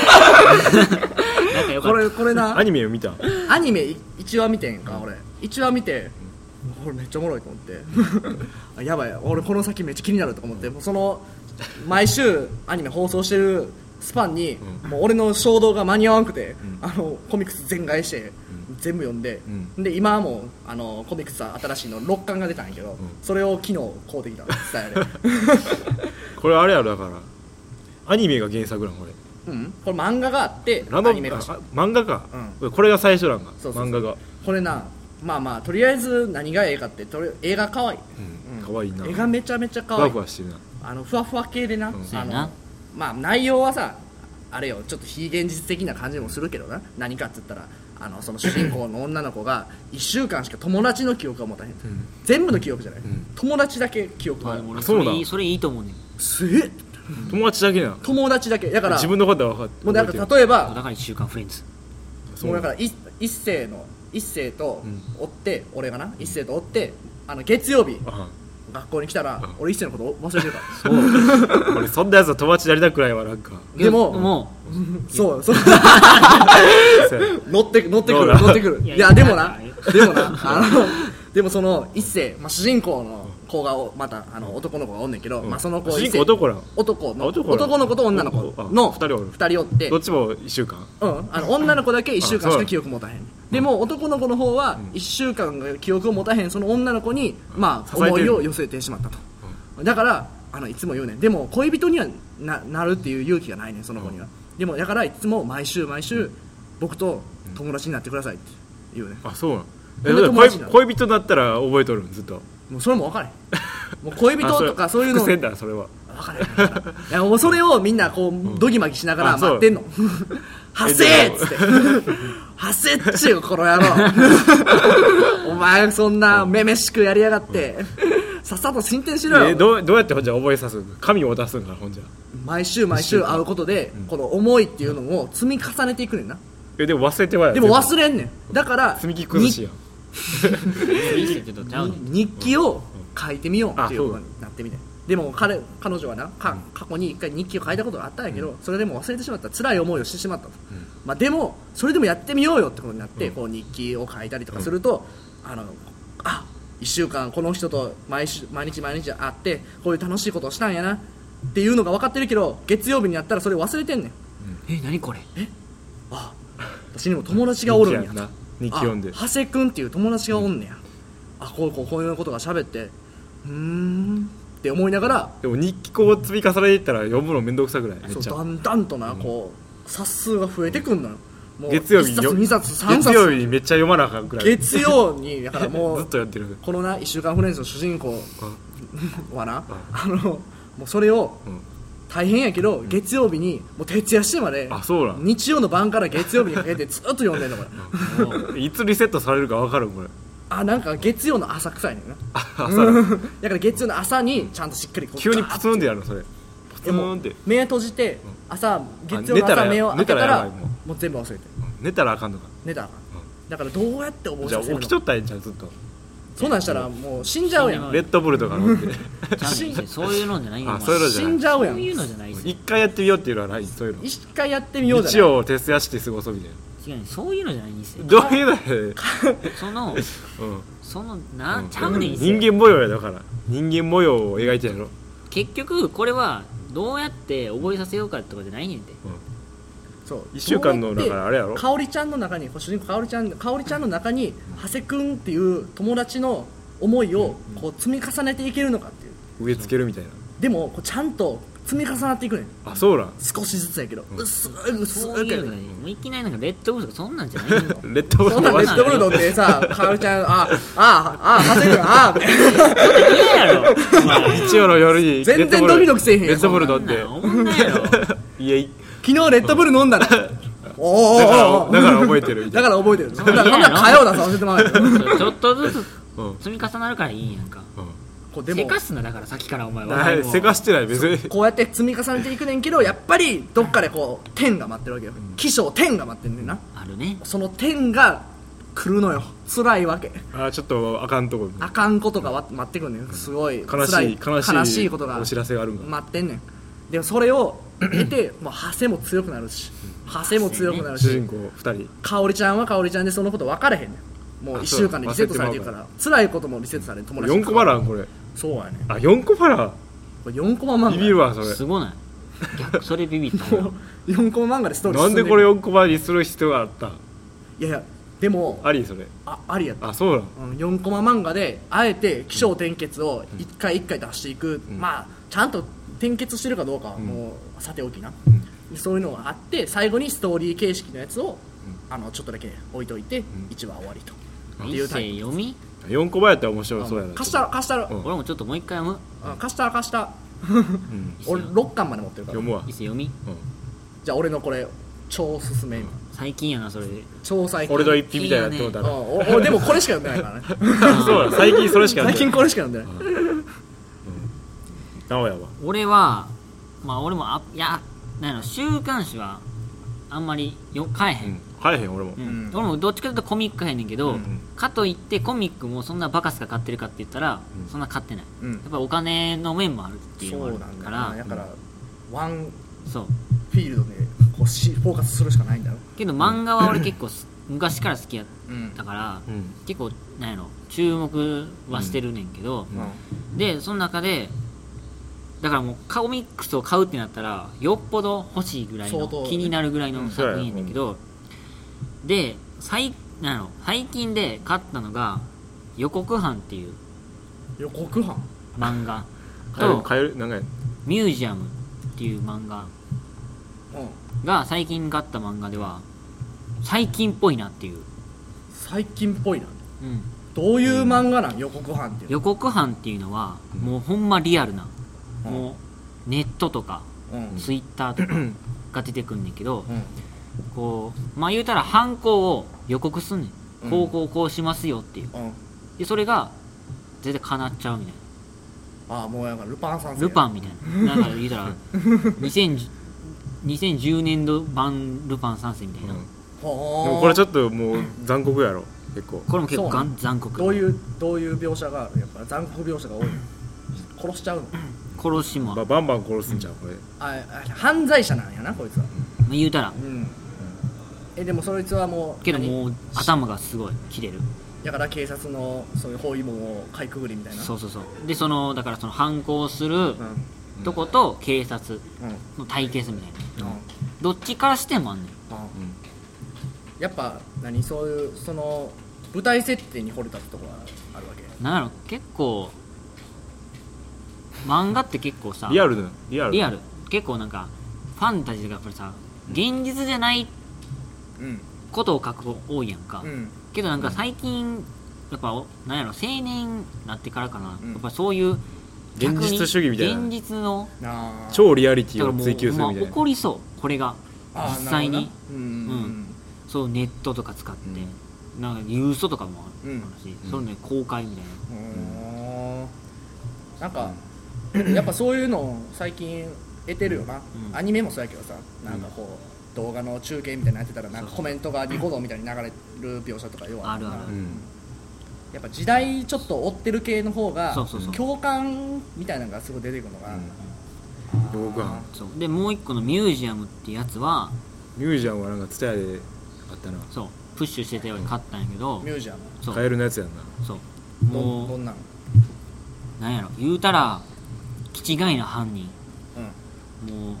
C: なんかよか
A: こ
C: っ
A: れこれな
B: アニメを見た
A: アニメ1話見てんか、俺1話見て俺めっちゃおもろいと思って *laughs* あやばい俺この先めっちゃ気になるとか思って、もうその毎週アニメ放送してるスパンに、もう俺の衝動が間に合わんくて、あのコミックス全買いして、全部読んで、で今はもうあのコミックスは新しいの6巻が出たんやけど、それを昨日買うてきたスタイ *laughs* ルで
B: これあれやろだからアニメが原作なんこれ
A: うんこれ漫画があって
B: ラ
A: ア
B: ノ
A: ニメ化した
B: あ漫画か、これが最初なんか
A: そうそうそう
B: 漫画が、
A: これなまあまあとりあえず何がええかってとりあえず映画可愛い
B: うんかわいいな
A: 絵がめちゃめちゃ
B: ふ
A: 可愛
B: わ
A: い
B: ふわしてるな
A: あのふわふわ系でな、
B: ん
C: そう
A: あ
C: や
A: の
C: な
A: まあ内容はさあれよちょっと非現実的な感じもするけどな何かっつったらあのその主人公の女の子
B: *coughs*
A: が1週間しか友達の記憶は持たへん、全部の記憶じゃない、友達だけ記憶
C: た
A: があ
C: あ
A: る
C: でも
B: あ
C: 俺
B: そ
C: そうれ
B: なん
C: いいそれいいと思うねん
A: すげえ
B: 友達だけな
A: 友達だけだから
B: 自分のことは分かって
A: もうだか
B: 覚え
A: ら
B: て
A: 例え
C: だ
A: ば
C: から1週間フレンズ
B: るそ
A: もう
B: う
A: だからい一世の一世と追って、俺がな一世と追ってあの月曜日
B: あ
A: 学校に来たら
B: うん
A: 俺一世のこと忘れて
C: *laughs*
A: るから
B: そう俺そんなやつと友達になりたくないわなん
A: *laughs*
B: か
C: いや
A: でも
C: も
A: そうそう
B: そうや
A: 乗って乗ってく
B: どう
A: る
B: だ
A: 乗ってくる
C: い
A: い
C: や
A: や
C: いや
A: でもな
C: なん
A: *laughs* でもなあのでもその一世、まあ、主人公の子がおまたあの男の子がおんねんけど、まあ、その子
B: 主人
A: 一世
B: 公男ら
A: 男の
B: あ男な
A: 男
B: の
A: の子と女の子の
B: あ二人おる
A: 二人おって
B: どっちも1週間
A: うん、あの女の子だけ1週間
B: あ
A: し
B: そ
A: か
B: う
A: 記憶持たへんでも男の子の方は1週間が記憶を持たへんその女の子に、まあ、
B: 支えてる
A: 思いを寄せてしまったと、だからあのいつも言うねんでも恋人にはななるっていう勇気がないねんその子には、でもだからいつも毎週毎週僕と友達になってくださいって言うねん
B: あそうなん
A: ん
B: え
A: な
B: だから
A: 友達
B: 恋
A: なの
B: 恋人だったら覚えとるんずっと
A: もうそれも分からへんもう恋人とかそういうの
B: 伏線だそれは
A: 分からへんからい *laughs* やもうそれをみんなこうどぎまぎしながら
B: あそう
A: 待ってんの *laughs* 「はせえ!」っつって *laughs* 「はせっちゅうこの野郎 *laughs* お前そんなめめしくやりやがって *laughs* さっさと進展しろ
B: え
A: よ
B: どうどうやってほんじゃ覚えさすん神を出すんかなほんじゃ
A: 毎週毎週会うことでこの思いっていうのを積み重ねていくねんな
B: えでも忘れてはや
A: でも忘
B: れ
A: れんねんだから
B: 積み木崩しやん
C: ういい人ちょっとちゃうねん
A: 日記を書いてみようっていう
B: あそう
A: ことになってみてでも彼彼女はなか過去に一回日記を書いたことがあったんやけど、それでも忘れてしまった辛い思いをしてしまったと、まあ、でもそれでもやってみようよってことになって、
B: うん
A: こう日記を書いたりとかすると、あのあ1週間この人と毎週毎日毎日会ってこういう楽しいことをしたんやなっていうのが分かってるけど月曜日になったらそれ忘れてんねん
C: え何これ
A: あ私にも友達がおるんや
B: 日記
A: と
B: な日記読んで
A: あ長谷君っていう友達がおんねや、あこうこうこういうことが喋ってうーんって思いながら
B: でも日記こう積み重ねていったら読むのめんどくさくないめっ
A: そう
B: ちゃ
A: だんだんとなこう冊数が増えてくんのよもう
B: 月曜日に
A: 1冊
B: よ
A: 2冊3冊
B: 月曜日にめっちゃ読まなあかんくらいずっ
A: 月曜にだから
B: *laughs*
A: も
B: と
A: う
B: 読んでる
A: このな1週間フレンズの主人公 *laughs*
B: あ
A: はなあのもうそれを
B: うん
A: 大変やけど月曜日にもう徹夜してまで
B: あそうなん
A: 日曜の晩から月曜日にかけてずっと読んでんのこれ
B: いつリセットされるかわかるこれ
A: あなんか月曜の朝臭いねんな
B: あ
A: う
B: さ
A: んだから月曜の朝にちゃんとしっかりこう
B: 急に
A: ガー
B: プ
A: ッ
B: ツンでやるのそれプツ
A: でも
B: ンって
A: 目閉じて朝月曜
B: 寝
A: の
B: たら
A: 朝
B: や
A: 目を開けた
B: 寝たらや
A: ら
B: ばいも
A: もう全部忘れてる
B: 寝たらあかんのか
A: 寝たらあかんだからどうやって覚え
B: じゃ
A: さ
B: あ
A: せるの
B: 起きとったらええんちゃうずっと
A: そんなんしたらもう死んじゃうやん
B: レッドブルと
A: *laughs*
B: か飲んで
C: ちゃうねんそういうのじゃないよ
B: あ
C: お前
B: そういうのじ
A: 死
B: ゃない
A: んじゃうや
C: そうい
A: ん
C: うのじゃないです
B: 一回やってみようっていうのはないそういうの
A: 一回やってみよう
B: 日
A: じゃない
B: 曜を徹夜して過ごそうみたいな
C: 違うねんそういうのじゃないんですよ
B: どういうのやね
C: そ
B: *laughs*
C: の
B: うん
C: そのな
B: うん
C: ちゃうねん
B: 人間模様やだから人間模様を描いてんやろ
C: 結局これはどうやって覚えさせようかとかじゃないねんて
A: そう
B: 一週間の
A: どうやって
B: だからあれやろ
A: かおりちゃんの中にこう主人公かおりちゃんかおりちゃんの中に長谷君っていう友達の思いをこう積み重ねていけるのかっていう
B: 植え付けるみたいな
A: でもこうちゃんと積み重なっていくねん
B: あそうなん
A: 少しずつやけど
B: うん
A: 薄いう薄
C: そう
A: く
C: い
A: や
C: う
A: ねん
C: のがいいもういきなりなんかレッドブルとかそんなんじゃない
B: *laughs*
C: の
B: レッドブ
A: そ
B: ル
A: んな
B: の
A: レ *laughs* ッドブル飲んでさ、かおりちゃん、あ、あ、あ、長谷君、あ、
C: 嫌やろお前
B: 日曜の夜に
A: 全然ドキドキせえへん
B: レッドブル
C: そ
B: 飲ん
C: んな
B: で
C: んおもんない
B: *laughs*
C: やろ
B: いやい
A: 昨日レッドブル飲んだな。お
B: だから
A: ーおーおーおー
B: だから覚えてるみ
A: だ
B: た
A: か
B: いな
A: ら覚えてる。そんな、
C: いや
A: そんな火曜だ、させてもらうよ。
C: そうちょっとずつ
B: うんうん
C: 積み重なるからいいんやんか
A: こうで
C: せ
A: も、
C: かすなだからさっきからお前
B: だから
C: は
B: せかしてない別に
A: こうやって積み重ねていくねんけど、やっぱりどっかでこう、天が待ってるわけよ。起承天が待ってんねんな。
C: あるね
A: その天が来るのよ。辛いわけ。
B: あちょっとあかんとこ
A: あかんことがわ待ってくんねん。すごい。
B: 悲
A: 辛
B: しい悲しい
A: 悲しいことが
B: お知らせがあるんだ
A: 待ってんねん。でもそれを得て、もう、ハセも強くなるし、ハセも強くなるし
B: 主人、公2人
A: かおりちゃんはかおりちゃんでそのこと分からへんねんもう
B: あ
A: 1
B: そう
A: 週間でリセットされてるから辛いこともリセットされる友達
B: 4コマランこれ
A: そうやね
B: あ4コマラ
A: これ4コマ漫画
B: ンビ
A: *laughs*
B: ビるわそれ
C: すごない逆それビビったよ
A: 4コマ漫画でストーリー進
B: なん
A: んで
B: で
A: る
B: これ4コマにする必要があった
A: いやいやでも
B: ありそれ
A: あありやった
B: あそうなん
A: うん4コマ漫画であえて起承転結を1回1回出していく、
B: ん
A: まあちゃんと転結してるかどうかは
B: ん
A: もうさておきな、そういうのがあって最後にストーリー形式のやつを、あのちょっとだけ置いといて、一1話終わりと、ってい
C: 一
A: うタイ
C: 世読み
B: 4コマやったら面
A: プ
B: 白そうやな
A: 貸したろ貸したろ、
B: うん
C: 俺もちょっともう一回読む
A: あ貸したら貸した
B: うん
C: 一世
A: 俺6巻まで持ってるから
B: 読むわ
C: 一世読み
B: うん
A: じゃあ俺のこれ超おすすめ今
C: 最近やなそれで
A: 超最近
B: 俺の一匹みたいなってこと
A: う
B: だ
A: ん
B: な
A: お俺でもこれしか読んでないからね
B: *laughs* そうなん最近それしか
A: 最近
B: な
A: これしか読んでない
B: おやは
C: 俺はまあ俺もあいやなんやろ週刊誌はあんまりよ買えへん、
B: うん買えへん俺も、
A: んうん
C: 俺もどっちかというとコミック派やねんけど、
A: うん
C: かといってコミックもそんなバカスカ買ってるかって言ったら、
B: うん
C: そんな買ってない
A: うん
C: やっぱお金の面もあるってい
A: そ
C: うのもあ
A: う
C: る
A: なんだ
C: か
A: よ
C: ら
A: なだから、ワン
C: そう
A: フィールドでこうしフォーカスするしかないんだろ
C: けど漫画は俺結構す昔から好きやっ
A: うん
C: たから、
B: うん
C: 結構なんやろ注目はしてるねんけど、
B: うん
C: でその中でだからもうコミックスを買うってなったらよっぽど欲しいぐらい
A: 相
C: の
A: 当
C: 気になるぐらいの作品やねんけど、で最なんやろ最近で買ったのが「予告班」っていう
A: 予告犯
C: 漫画
B: 買える
C: と
B: 買えるなんか
C: 「ミュージアム」っていう漫画
A: うん
C: が最近買った漫画では最近っぽいなっていう、
A: 最近っぽいなどういう漫画なん予告犯っていう
C: 予告班っていうのは
B: うん
C: もうほんまリアルな、
A: うん
C: もうネットとか
A: うんうん
C: ツイッターとかが出てくんねんけど、
A: うん
C: こうまあ言うたら犯行を予告すんね
A: うん
C: んこうこうこうしますよっていうでそれが全然叶っちゃうみたい
A: ああもうなんかルパン三
C: な
A: 世
C: ルパンみたいななんか言う
A: *laughs*
C: たら 2010, 2010年度版ルパン三世みたいな、
B: うんで
A: ほ
B: もこれち
A: ょっ
B: ょっともう残酷やろ結構
C: これも結構が
A: そ
C: ん残酷
A: どういうどういう描写があるやっぱ残酷描写が多いの殺しちゃうの
C: 殺しもあ
B: バ
C: る
B: バンバン殺すんじゃんこれ
A: ああ犯罪者なんやなこいつは
C: まあ言うたら
A: うんえでもそいつはもう
C: けど
A: 何
C: もう頭がすごい切れる
A: やから警察のそういう包囲網をかいくぐりみたいな
C: そうそうそうでそのだからその犯行する
A: うんうん
C: とこと警察
A: うん
C: の対決みたいな
A: うん
C: どっちからしてもあんねん
A: やっぱ何そういうその舞台設定に惚れたってとこはあるわけ
C: なんやろ結構漫画って結構さ
B: リアルなリアル
C: リアル結構なんかファンタジーがやっぱりさ現実じゃない
A: うん
C: ことを書く子多いやんか、
A: うん
C: けどなんか最近やっぱおなんやろ青年になってからかな、
A: うん
C: やっぱそういう
B: 現実主義みたいな
C: 現実の
A: あー
B: 超リアリテ
C: だか
B: ィ
C: ら
B: を
C: もう
B: 追求する
C: ほ
B: み
C: ん
B: た
C: ま
B: い
C: 起こ
B: な
C: りそうこれが
A: あー
C: 実際に
A: なるほどなうん
C: そうネットとか使って、なんか郵送とかもあるし、
B: うん
C: それね公開みたい
A: う
C: な
A: んうんなんか *clears throat* やっぱそういうの最近得てるよな、
C: うん
A: アニメもそうやけどさなんかこう、動画の中継みたいなのやってたらなんか
C: そう
A: コメントがニコ動みたいに流れる描写とかよ
C: あるある
B: うん
A: やっぱ時代ちょっと追ってる系の方が
C: そうそうそう
A: 共感みたいなのがすごい出てくるのが、
B: うん予告班
C: そうでもう一個のミュージアムってやつは
B: ミュージアムはなんかツタヤであったな
C: そうプッシュしてたように買ったんやけど、
A: ミュージアム
C: そう
B: カエルのやつやんな
C: そう
A: どんど
C: も
A: んなん
C: うなんやろ言うたら気違いな犯人
A: うん
C: も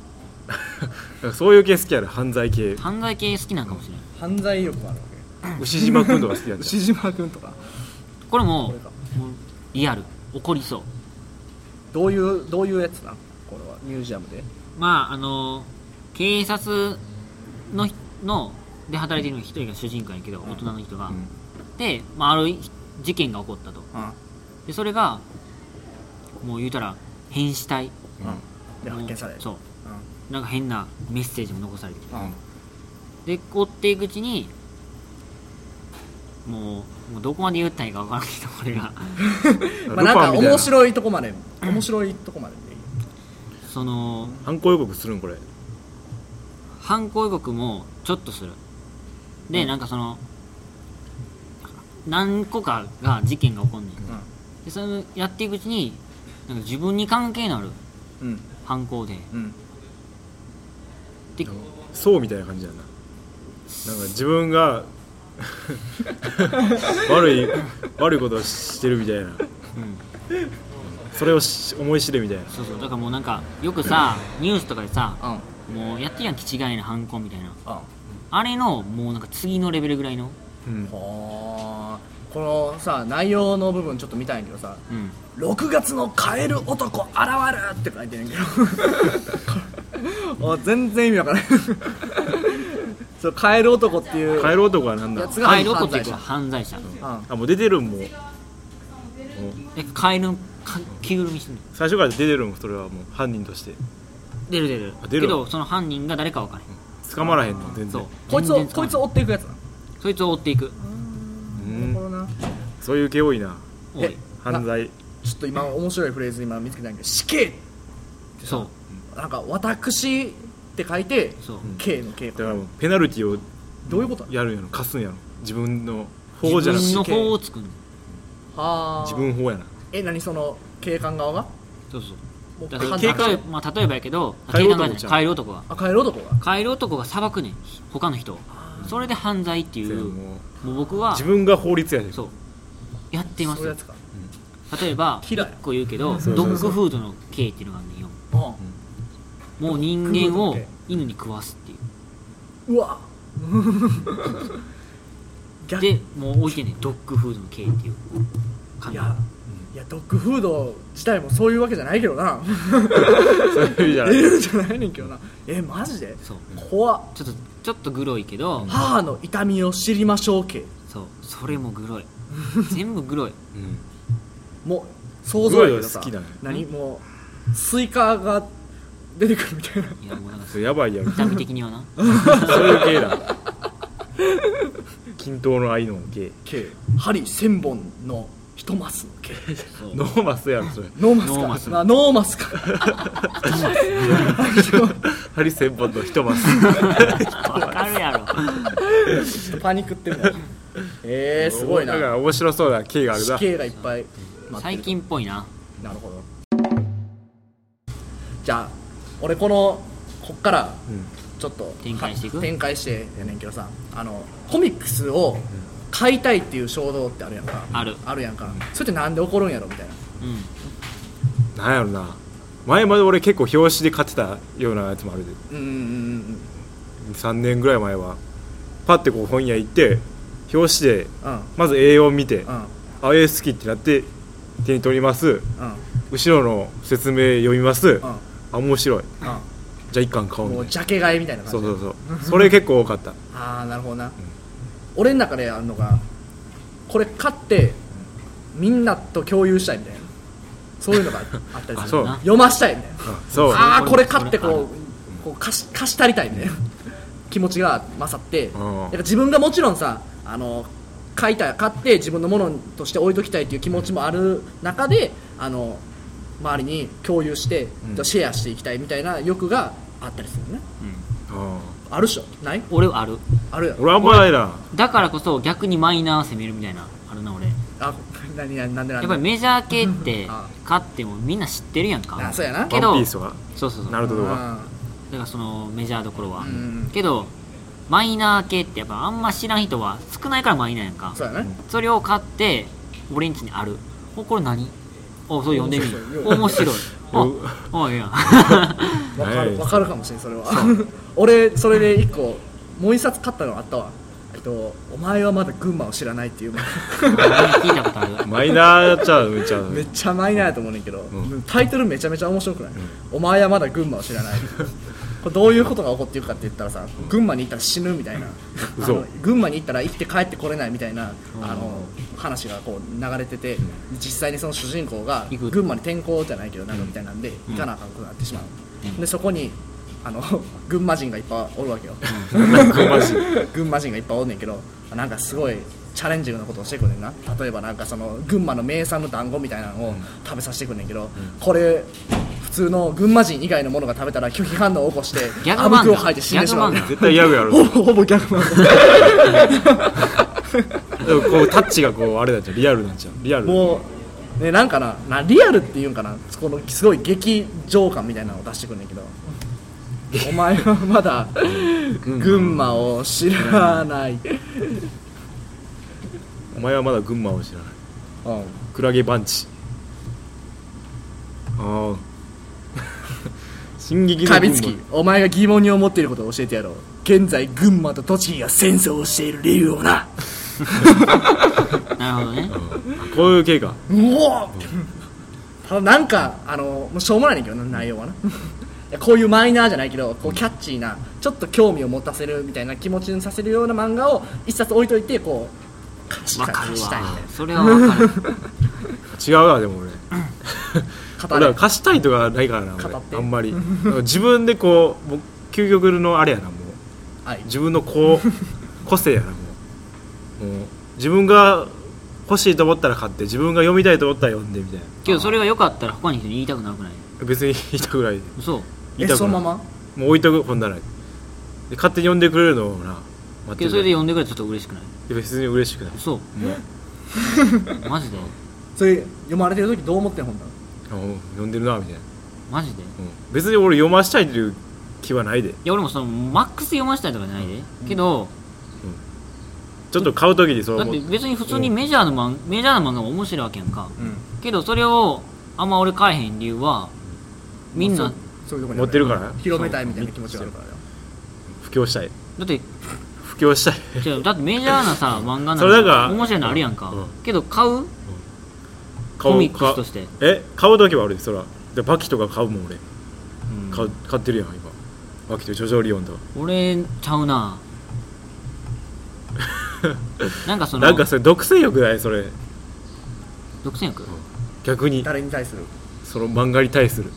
B: なんかそういう系好きやろ犯罪系
C: う犯罪系好きなんかもしれない
A: 犯罪意欲があるわ
B: 牛島くんとか好きや
A: け
B: ん
A: 牛島君とか
C: これも
A: これか
C: もうリアル起こりそう
A: どういうどういうやつなんこれはミュージアムで
C: まああの警察のひので働いてるの一人が主人公やけど、
A: うん
C: 大人の人が、
B: うん
C: で、まあ、ある事件が起こったと
A: うん
C: でそれがもう言うたら変死体
A: うんで発見される
C: そう
A: うん
C: なんか変なメッセージも残されてる
A: うん
C: で追っていくうちにもうもうどこまで言ったらいいか分からんけどこれが
A: まあ、なんか
B: ルパンみたい
A: 面白いとこまで面白いとこまででいい
C: その
B: 犯行予告するんこれ
C: 犯行予告もちょっとするで、なんかその何個かが事件が起こんねんでそれやっていくうちになんか自分に関係のある
A: うん
C: 犯行で
A: うん
C: で
B: そうみたいな感じやんななんか自分が *laughs* 悪い悪いことをしてるみたいな
C: うん
B: それをし思い知るみたいな
C: そうそうだからもうなんかよくさニュースとかでさ
A: うん
C: もうやってるやん気違いな犯行みたいな
A: うん
C: あれのもうなんか次のレベルぐらいの
B: うん
A: はあこのさ内容の部分ちょっと見たいんやけどさ
C: うん
A: 「6月のカエル男現る!」って書いてるんやけ
C: *laughs*
A: どあ全然意味わからないそうカエル男っていう
B: 帰る男はなんだ
A: やつが
C: カ
A: 犯
C: エル
A: 罪
C: 男っ
A: 者
C: ていうか犯罪者
A: うん
B: あもう出てるんもうもう
C: えカエルのか着ぐるみしてんの
B: 最初から出てるんそれはもう犯人として
C: 出る出る
B: あ出る
C: けどその犯人が誰か分からへん
B: 捕まらへんの全
C: そ
B: 然
C: う
A: こいつを
C: 全然捕
A: こ
C: ま
A: い
C: ら
A: つを追っていくやつな
C: んそいつを追っていく
B: うん
A: のな
B: そういう系多いな
C: おい
A: え
B: 犯罪
A: ちょっと今面白いフレーズ今見つけたんやけど「死刑」
C: そう
A: なんか「私」って書いて
C: そう
A: 「刑」の刑
B: だからもうペナルティを
A: どういうこと
B: やるんやろ貸すんやろ自分の法
C: 自
B: じゃなく
C: 分の
B: て
C: 法を作るの
A: あ
B: 自分法やな
A: え何その警官側が
C: そうそう
A: もう
C: だから
A: 判
C: 例
A: 断
C: え,、まあ、例えばやけど
B: 帰る男
C: 警官がじゃない帰る男が
A: あ帰る男が
C: 帰る男が裁くねん他の人をそれで犯罪ってい
B: せや
C: う
B: もう
C: もう僕は
B: 自分が法律やで
C: そうやってま
A: そうい
C: す
A: う
C: よ
A: やつか
C: 例えば
A: 嫌い
C: 1個言うけどド
B: そうそうそう
C: ッグフードの刑っていうのがあんねんよ
A: うん
C: もう人間
A: ドッ
C: を
A: グフードの
C: 犬に食わすっていう
A: うわ逆
C: でもう置いてんねんドッグフードの刑っていう感
A: い
C: じ
A: や、いやドッグフード自体もそういうわけじゃないけどな
B: そういう
A: *laughs*
B: 意味じゃな
A: 理
B: い
A: 由じゃないねんけどなえマジで
C: そう
A: 怖っ
C: ちょっとちょっとグロいけど、
A: 母の痛みを知りましょう系
C: そうそれも
A: *laughs*
C: グロい全部グロい
B: うん
A: もう想像やけど
B: す
A: さ
B: ごいよ好きだね
A: 何もうスイカが出てくるみたいない
C: やもうなんか
B: それやばいやろ
C: 痛み的にはな
B: そういう系だ均等の愛の系
A: 系針千本の一マスの系 *laughs*
C: そう
B: ノーマスやろそれ
A: ノーマスか
C: ノーマス
A: あノーマスか *laughs*
B: ハリセンボンの一マス
C: わかるやろ
A: ちょっとパニックってるもんえー、すごいな
B: だから面白そうな系がある
A: 死
B: な
A: 刑がいっぱい待ってる
C: 最近っぽいな
A: なるほどじゃあ俺このこっから
B: うん
A: ちょっと
C: 展開していく
A: は展開してやねんけどさあのコミックスを買いたいっていう衝動ってあるやんか
C: ある
A: あるやんかそれってなんで起こるんやろみたいな
C: うん
B: なんやろな前まで俺結構表紙で買ってたようなやつもあるで
A: うんうんうん
B: 3年ぐらい前はパッてこう本屋行って表紙で
A: うんうん
B: まず A4 見て
A: うんうん
B: あ A 好きってなって手に取ります後ろの説明読みます
A: うん
B: あ面白い
A: うん
B: じゃあ一巻買おうみ
A: も
B: た
A: う
B: いな
A: ジャケ買いみたいな感じ
B: そうそうそうそれ結構多かった
A: ああなるほどな、俺の中であるのがこれ買ってみんなと共有したいみたいなそういうのがあったり
B: あ
A: す
B: そ
A: る
B: う
A: 読ましたいみたいな
B: あそう
A: ああ
C: そう
A: これ買ってこ
C: こ
A: うこう貸し貸したりたいみたいな気持ちが勝ってや
B: ん
A: っぱ自分がもちろんさあの買いたい買って自分のものとして置いときたいという気持ちもある中であの周りに共有して
B: うん
A: シェアしていきたいみたいな欲があったりするよね
B: あ
A: あるっしょない
C: 俺はある
A: あるやろ
B: 俺あんまないな
C: だからこそ逆にマイナーを攻めるみたいなあるな俺や
A: あ何何なんでなん
C: っ
A: で
C: ぱりメジャー系って
A: あ
C: 勝ってもみんな知ってるやんか
A: あそうやな
B: ワ
C: け
B: ンピ
C: ど
B: ースは
C: そうそうそう
B: なるほどは
C: だからそのメジャーどころは、
A: うん
C: けどマイナー系ってやっぱあんま知らん人は少ないからマイナーやんか
A: そうやね
C: それを買って俺ん家にあるおこれ何おそう読んでみ
A: 面白い
C: お面白い
B: よ
C: おおいや *laughs*
A: わか
B: はい
A: るわかるかもしれんそれは *laughs* 俺それで一個もう一冊買ったのあったわえっと「お前はまだ群馬を知らない」っていう
C: 聞いたことある
B: マイナーちゃうめち
A: *laughs*
B: ゃう
A: めっちゃマイナーやと思うねんけど、
B: ん
A: タイトルめちゃめちゃ面白くない、お前はまだ群馬を知ら *laughs* ないこれどういうことが起こっていくかって言ったらさ群馬に行ったら死ぬみたいなあ
B: 嘘
A: の群馬に行ったら生きて帰ってこれないみたいなあの話がこう流れてて実際にその主人公が
C: 行く
A: 群馬に転校じゃないけどなんかみたいなんで行かなあかんくなってしまう、でそこにあの *laughs* 群馬人がいっぱいおるわけよ、
B: 群馬人
A: *laughs* 群馬人がいっぱいおんねんけどなんかすごいチャレンジングなことをしてくんねんな例えばなんかその群馬の名産の団子みたいなのを食べさせてくんねんけど、これ普通の群馬人以外のものが食べたら拒否反応を起こして
C: ギャグ漫
A: あ
C: 画
A: ぶくを吐いて死んでしまう
C: ギャグ漫
B: 絶対ヤグやろ
A: ほ *laughs* ぼほぼギャグ漫画
B: でもこうタッチがこうあれなんちゃうリアルなんちゃうリアル
A: もうねなんかななリアルっていうんかなこのすごい劇場感みたいなのを出してくんねんけどお前はまだ群馬を知らない、
B: お前はまだ群馬を知らない
A: うん
B: クラゲバンチ
A: *laughs*
B: ああ進撃の
A: カ
B: 群
A: ビ
B: 馬
A: ツキお前が疑問に思っていることを教えてやろう現在群馬と栃木が戦争をしている理由をな
C: なるほどね
B: こういう系か
A: うおただなんかあのもうしょうもないねんけどな内容
B: *laughs*
A: はないやこういうマイナーじゃないけどこうキャッチーなちょっと興味を持たせるみたいな気持ちにさせるような漫画を一冊置いといてこう貸し
C: わ
A: たい
C: かる
A: 貸したいみ
C: わ
A: たいな
C: それはわかる
B: 違うわでも俺
A: 語
B: 俺
A: れ
B: は貸したいとかないからな
A: 語って
B: 俺あ
C: *laughs*
B: んまりなんか自分でこうもう究極のあれやなもう
A: はい
B: 自分の
C: *laughs*
B: こう個性やなもうもう自分が欲しいと思ったら買って自分が読みたいと思ったら読んでみたい
C: けどそれが良かったら他の人に言いたくなくない
B: な別に言いたくない
C: 嘘
A: え
B: 言いたくない
A: そのまま
B: もう置いとく本棚にで勝手に読んでくれるのをな待って
C: け
B: る
C: どそれで呼んでくれたらちょっと嬉しくない
B: いや別に嬉しくない
C: そう
B: もう
C: マジで
A: それ読まれてる時どう思ってんほんなら
B: あもう読んでるなみたいな、
C: マジでい
B: うん、別に俺読ましたいという気はないで
C: や俺もそのマックス読ませたいとかじゃないで、けど
B: ちょっと買う時にそう
C: だっ
B: 思ってて
C: 別に普通にメジャーの漫、メジャーの漫画も面白いわけやんか
A: うん
C: けどそれをあんま俺買えへん理由はみんな、
A: まあそうそういうとこに
B: 持ってるから
A: 広めたいみたいな気持ちがあるからよ
B: 布教したい
C: だって
B: 布教したい
C: 違うだってメジャーな
B: *laughs*
C: さ漫画な
B: それだから
C: 面白いのあるやんか、
B: うん
C: けど買う
B: 買う
C: コミックス
B: 買う
C: として
B: え買う時はあるでそらでバキとか買うもん俺、
C: ん
B: 買う買ってるやん今バキとジョジョリオンと
C: 俺ちゃう
B: *laughs*
C: ななんかその
B: なんかそれ独占欲ないそれ
C: 独占欲
B: 逆に
A: 誰に対する
B: その漫画に対する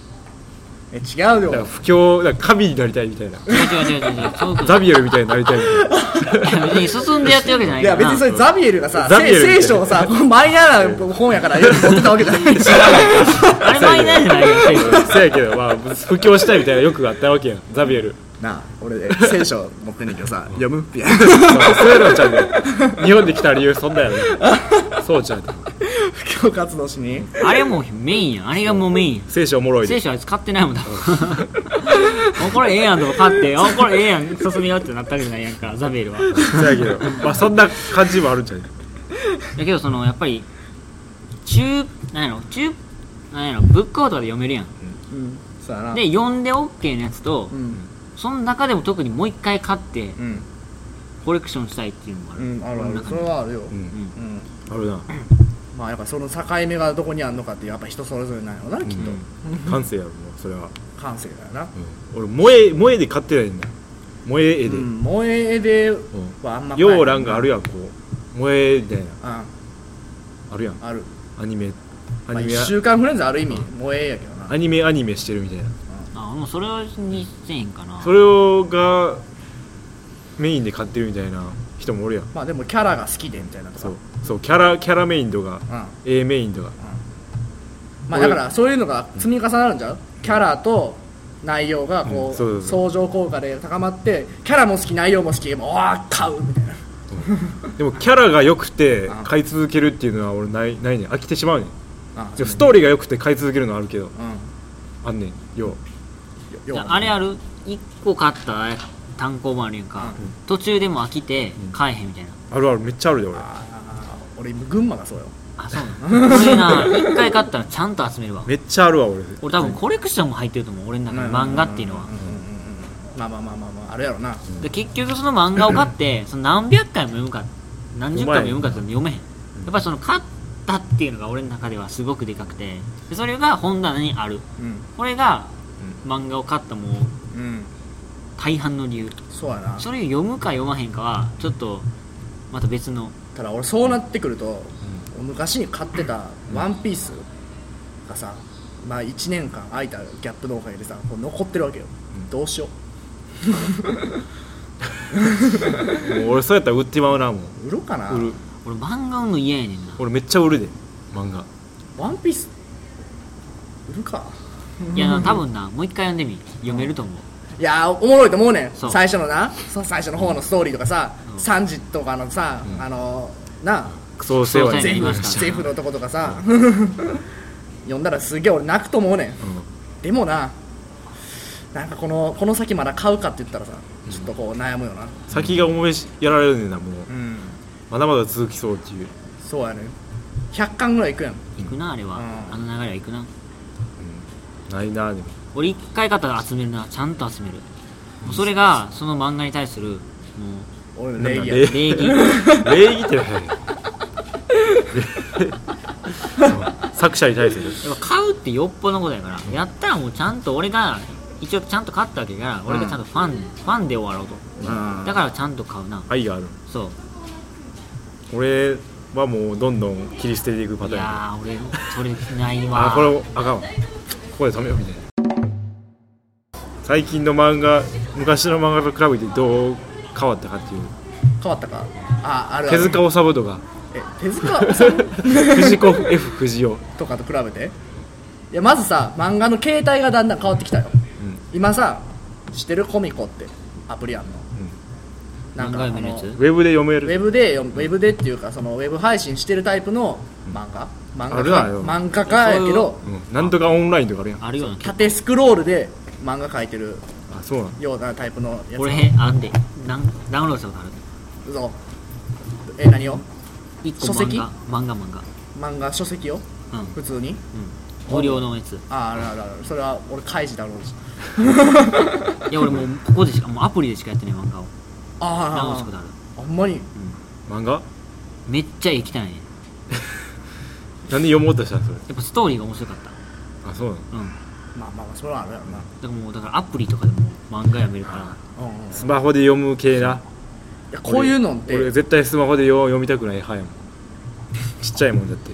A: え違う
B: だから
A: よ
B: 不況だから神になりたいみたいな
C: 違う違う違う違うそういうこと
B: ザビエルみたいになりたいみたいな
C: 別に進んでやってるわけじゃないいか
A: や
C: ら
A: 別にそれザビエルがさ
B: ザビエルみた
A: 聖
B: いな
A: 書を
B: *laughs*
A: さこのマイナーな本やから持ってたわけじゃないし
C: あれマイナーじゃないよ
B: そうやけどまあ布教したいみたいな欲があったわけやんザビエル
A: なあ俺え聖書持ってんねんけどさ読むってや
B: まあそういうのちゃうね日本で来た理由そんなんやろそうちゃうね
A: 布教活動しに
C: あれもうメインやんあれがもうメインやん
B: 聖書おもろいで
C: 聖書あいつ買ってないもんだ *laughs* おこれええやんとか買っておこれええやん進みようってなったわけじゃないやんかザビエルは
B: そうやけどまあそんな感じもあるんじゃない
C: だけどそのやっぱり中なんやろ中なんやろブックアウトで読めるやん
A: うんそうやな
C: で読んで OK のやつと、
A: うん
C: その中でも特にもう一回買って
A: うん
C: コレクションしたいっていうのがあ
A: う
C: る、
A: んあるあ
C: こ
A: る
C: の中
A: そ
C: に
A: れはあるよ
B: う
A: うん
C: ん
A: ん
B: あるな
A: まあやっぱその境目がどこにあるのかってやっぱ人それぞれなんやろなきっと
B: 感性やろもうそれは、
A: 感性だよな
B: うん俺萌え萌えで買ってないんだ萌え絵
A: う
B: で、うん
A: ん萌え絵ではあんま
B: よう欄がある
A: よ
B: やんこう萌えみたいな
A: う
B: あるやん
A: んある
B: アニメア
A: まあ
B: ニメ、
A: 一週間フレンズある意味萌えやけどな
B: アニメアニメしてるみたいな
C: あもうそれにせえへんかな
B: それをがメインで買ってるみたいな人もおるやん
A: まあでもキャラが好きでみたいなとか
B: そうそうキャラキャラメインとか
A: うん
B: A メインとか
A: まあだからそういうのが積み重なるんじゃうキャラと内容が
B: う
A: こ
B: んそうう
A: 相
B: そ
A: 乗効果で高まってキャラも好き内容も好きもうあー買うみたいな
B: でもキャラが良くて
A: うん
B: 買い続けるっていうのは俺ないないねん飽きてしまうねん
A: あ
B: でもストーリーが良くて買い続けるのはあるけど
A: う
B: あんねんようん
A: よ
C: じゃああれある1個買った単行本あるやんか、途中でも飽きて買えへんみたいな、
B: あるあるめっちゃあるで俺
A: あー俺今群馬がそうよ
C: あそうなの俺な1回買ったらちゃんと集めるわ
B: めっちゃあるわ俺
C: 俺多分コレクションも入ってると思う俺の中に漫画っていうのは
A: んんんんうんまあまあまあまあまああるやろな
C: で結局その漫画を買ってその何百回も読むか何十回も読むかって読めへんやっぱりその買ったっていうのが俺の中ではすごくでかくてでそれが本棚にある
A: うん
C: これが漫画を買ったもう
A: うん
C: 大半の理由
A: そうやな
C: それを読むか読まへんかはちょっとまた別の
A: ただ俺そうなってくると昔に買ってた「ワンピースがさまあ1年間空いたギャップのおかげでさこう残ってるわけよどうしよ
B: もう俺そうやったら売ってまうなも
A: う売ろうかな
B: う売る
C: 俺漫画をの嫌やねんな
B: 俺めっちゃ売るで漫画
A: ワンピース売るか
C: いやな多分なもう一回読んでみ読めると思う
A: いやーおもろいと思うねん
C: そう
A: 最初のなそう最初の方のストーリーとかさ、
C: うん
A: 3時とかのさ、あのーな
B: クソお世
C: ク
B: 話
C: ソお世話
B: に
C: に
A: 全
B: な
A: 部
B: りま
C: ま
B: し
C: したた
A: 全部のとことかさ *laughs* 読んだらすげえ俺泣くと思うねんでもななんかこのこの先まだ買うかって言ったらさちょっとこう悩むよな
B: うん先が思いしやられるねんなもう
A: うん
B: まだまだ続きそうっていう
A: そうやね100巻ぐらいいくやん
C: 行くなあれは、
A: うん
C: あの流れは行くな
B: ないなでも
C: 俺一回買ったら集めるなちゃんと集めるそれがその漫画に対するも
A: 俺の
B: なん
A: 礼
B: か
A: 儀
B: 礼
A: や
C: う礼儀
B: 礼儀ってない作者に対する
C: やっぱ買うってよっぽどのことやから、やったらもうちゃんと俺が一応ちゃんと買ったわけやから俺がちゃんとファン、ファンで終わろうと
A: うん
C: だからちゃんと買うな
B: 愛がある
C: そ
B: 俺はもうどんどん切り捨てていくパ
C: うい
B: ターンや
C: やー俺それないわ
A: *laughs*
B: あこれもあかんわここで止めようみたいな最近の漫画昔の漫画と比べてどう変わったかっていう
A: 変わったかああるあ
B: 手
A: る
B: 塚治虫と *laughs* か
A: え手塚さん *laughs*
B: 藤子 F 不二雄
A: とかと比べていやまずさ漫画の形態がだんだん変わってきたよ、
B: うん
A: 今さ知ってるコミコってアプリあんの、なん
C: 漫
A: か
C: 画
A: あ
C: 読みのや
A: の
C: つ
B: ウェブで読め
A: ウ
B: る
A: ェブで読むウェブでっていうかそのウェブ配信してるタイプの漫画漫
B: あ
A: 画か
B: るわよ
A: 漫画家やけど
B: うん、なんとかオンラインとかあるやん
C: あるような気が
A: 縦スクロールで漫画描いてる
B: あそうなん
A: ようなタイプのやつ
C: 俺あんでなんダウンロードしたことある
A: 嘘え何を
C: 一個
A: 書籍
C: 漫画漫画漫画
A: 漫画書籍を
C: うん
A: 普通に
C: 無料のやつ
A: ああるあるあるそれは俺開示だろうし
C: いや俺もうここでしかもうアプリでしかやってない漫画をダウンロードした
A: あ
C: ことある
A: あほんまに
B: 漫画
C: めっちゃ生きたいね
B: なんで読もうとしたんそれ
C: やっぱストーリーが面白かった
B: あそうなん
C: うんだ
A: まあまあそれはあるやろな
C: からもうだからアプリとかでも漫画読めるから
A: うんうんい
B: スマホで読む系な
A: やこういうのっ
B: 俺
A: て
B: 絶対スマホでよ読みたくない派やも
A: *laughs*
B: んちっちゃいもんだって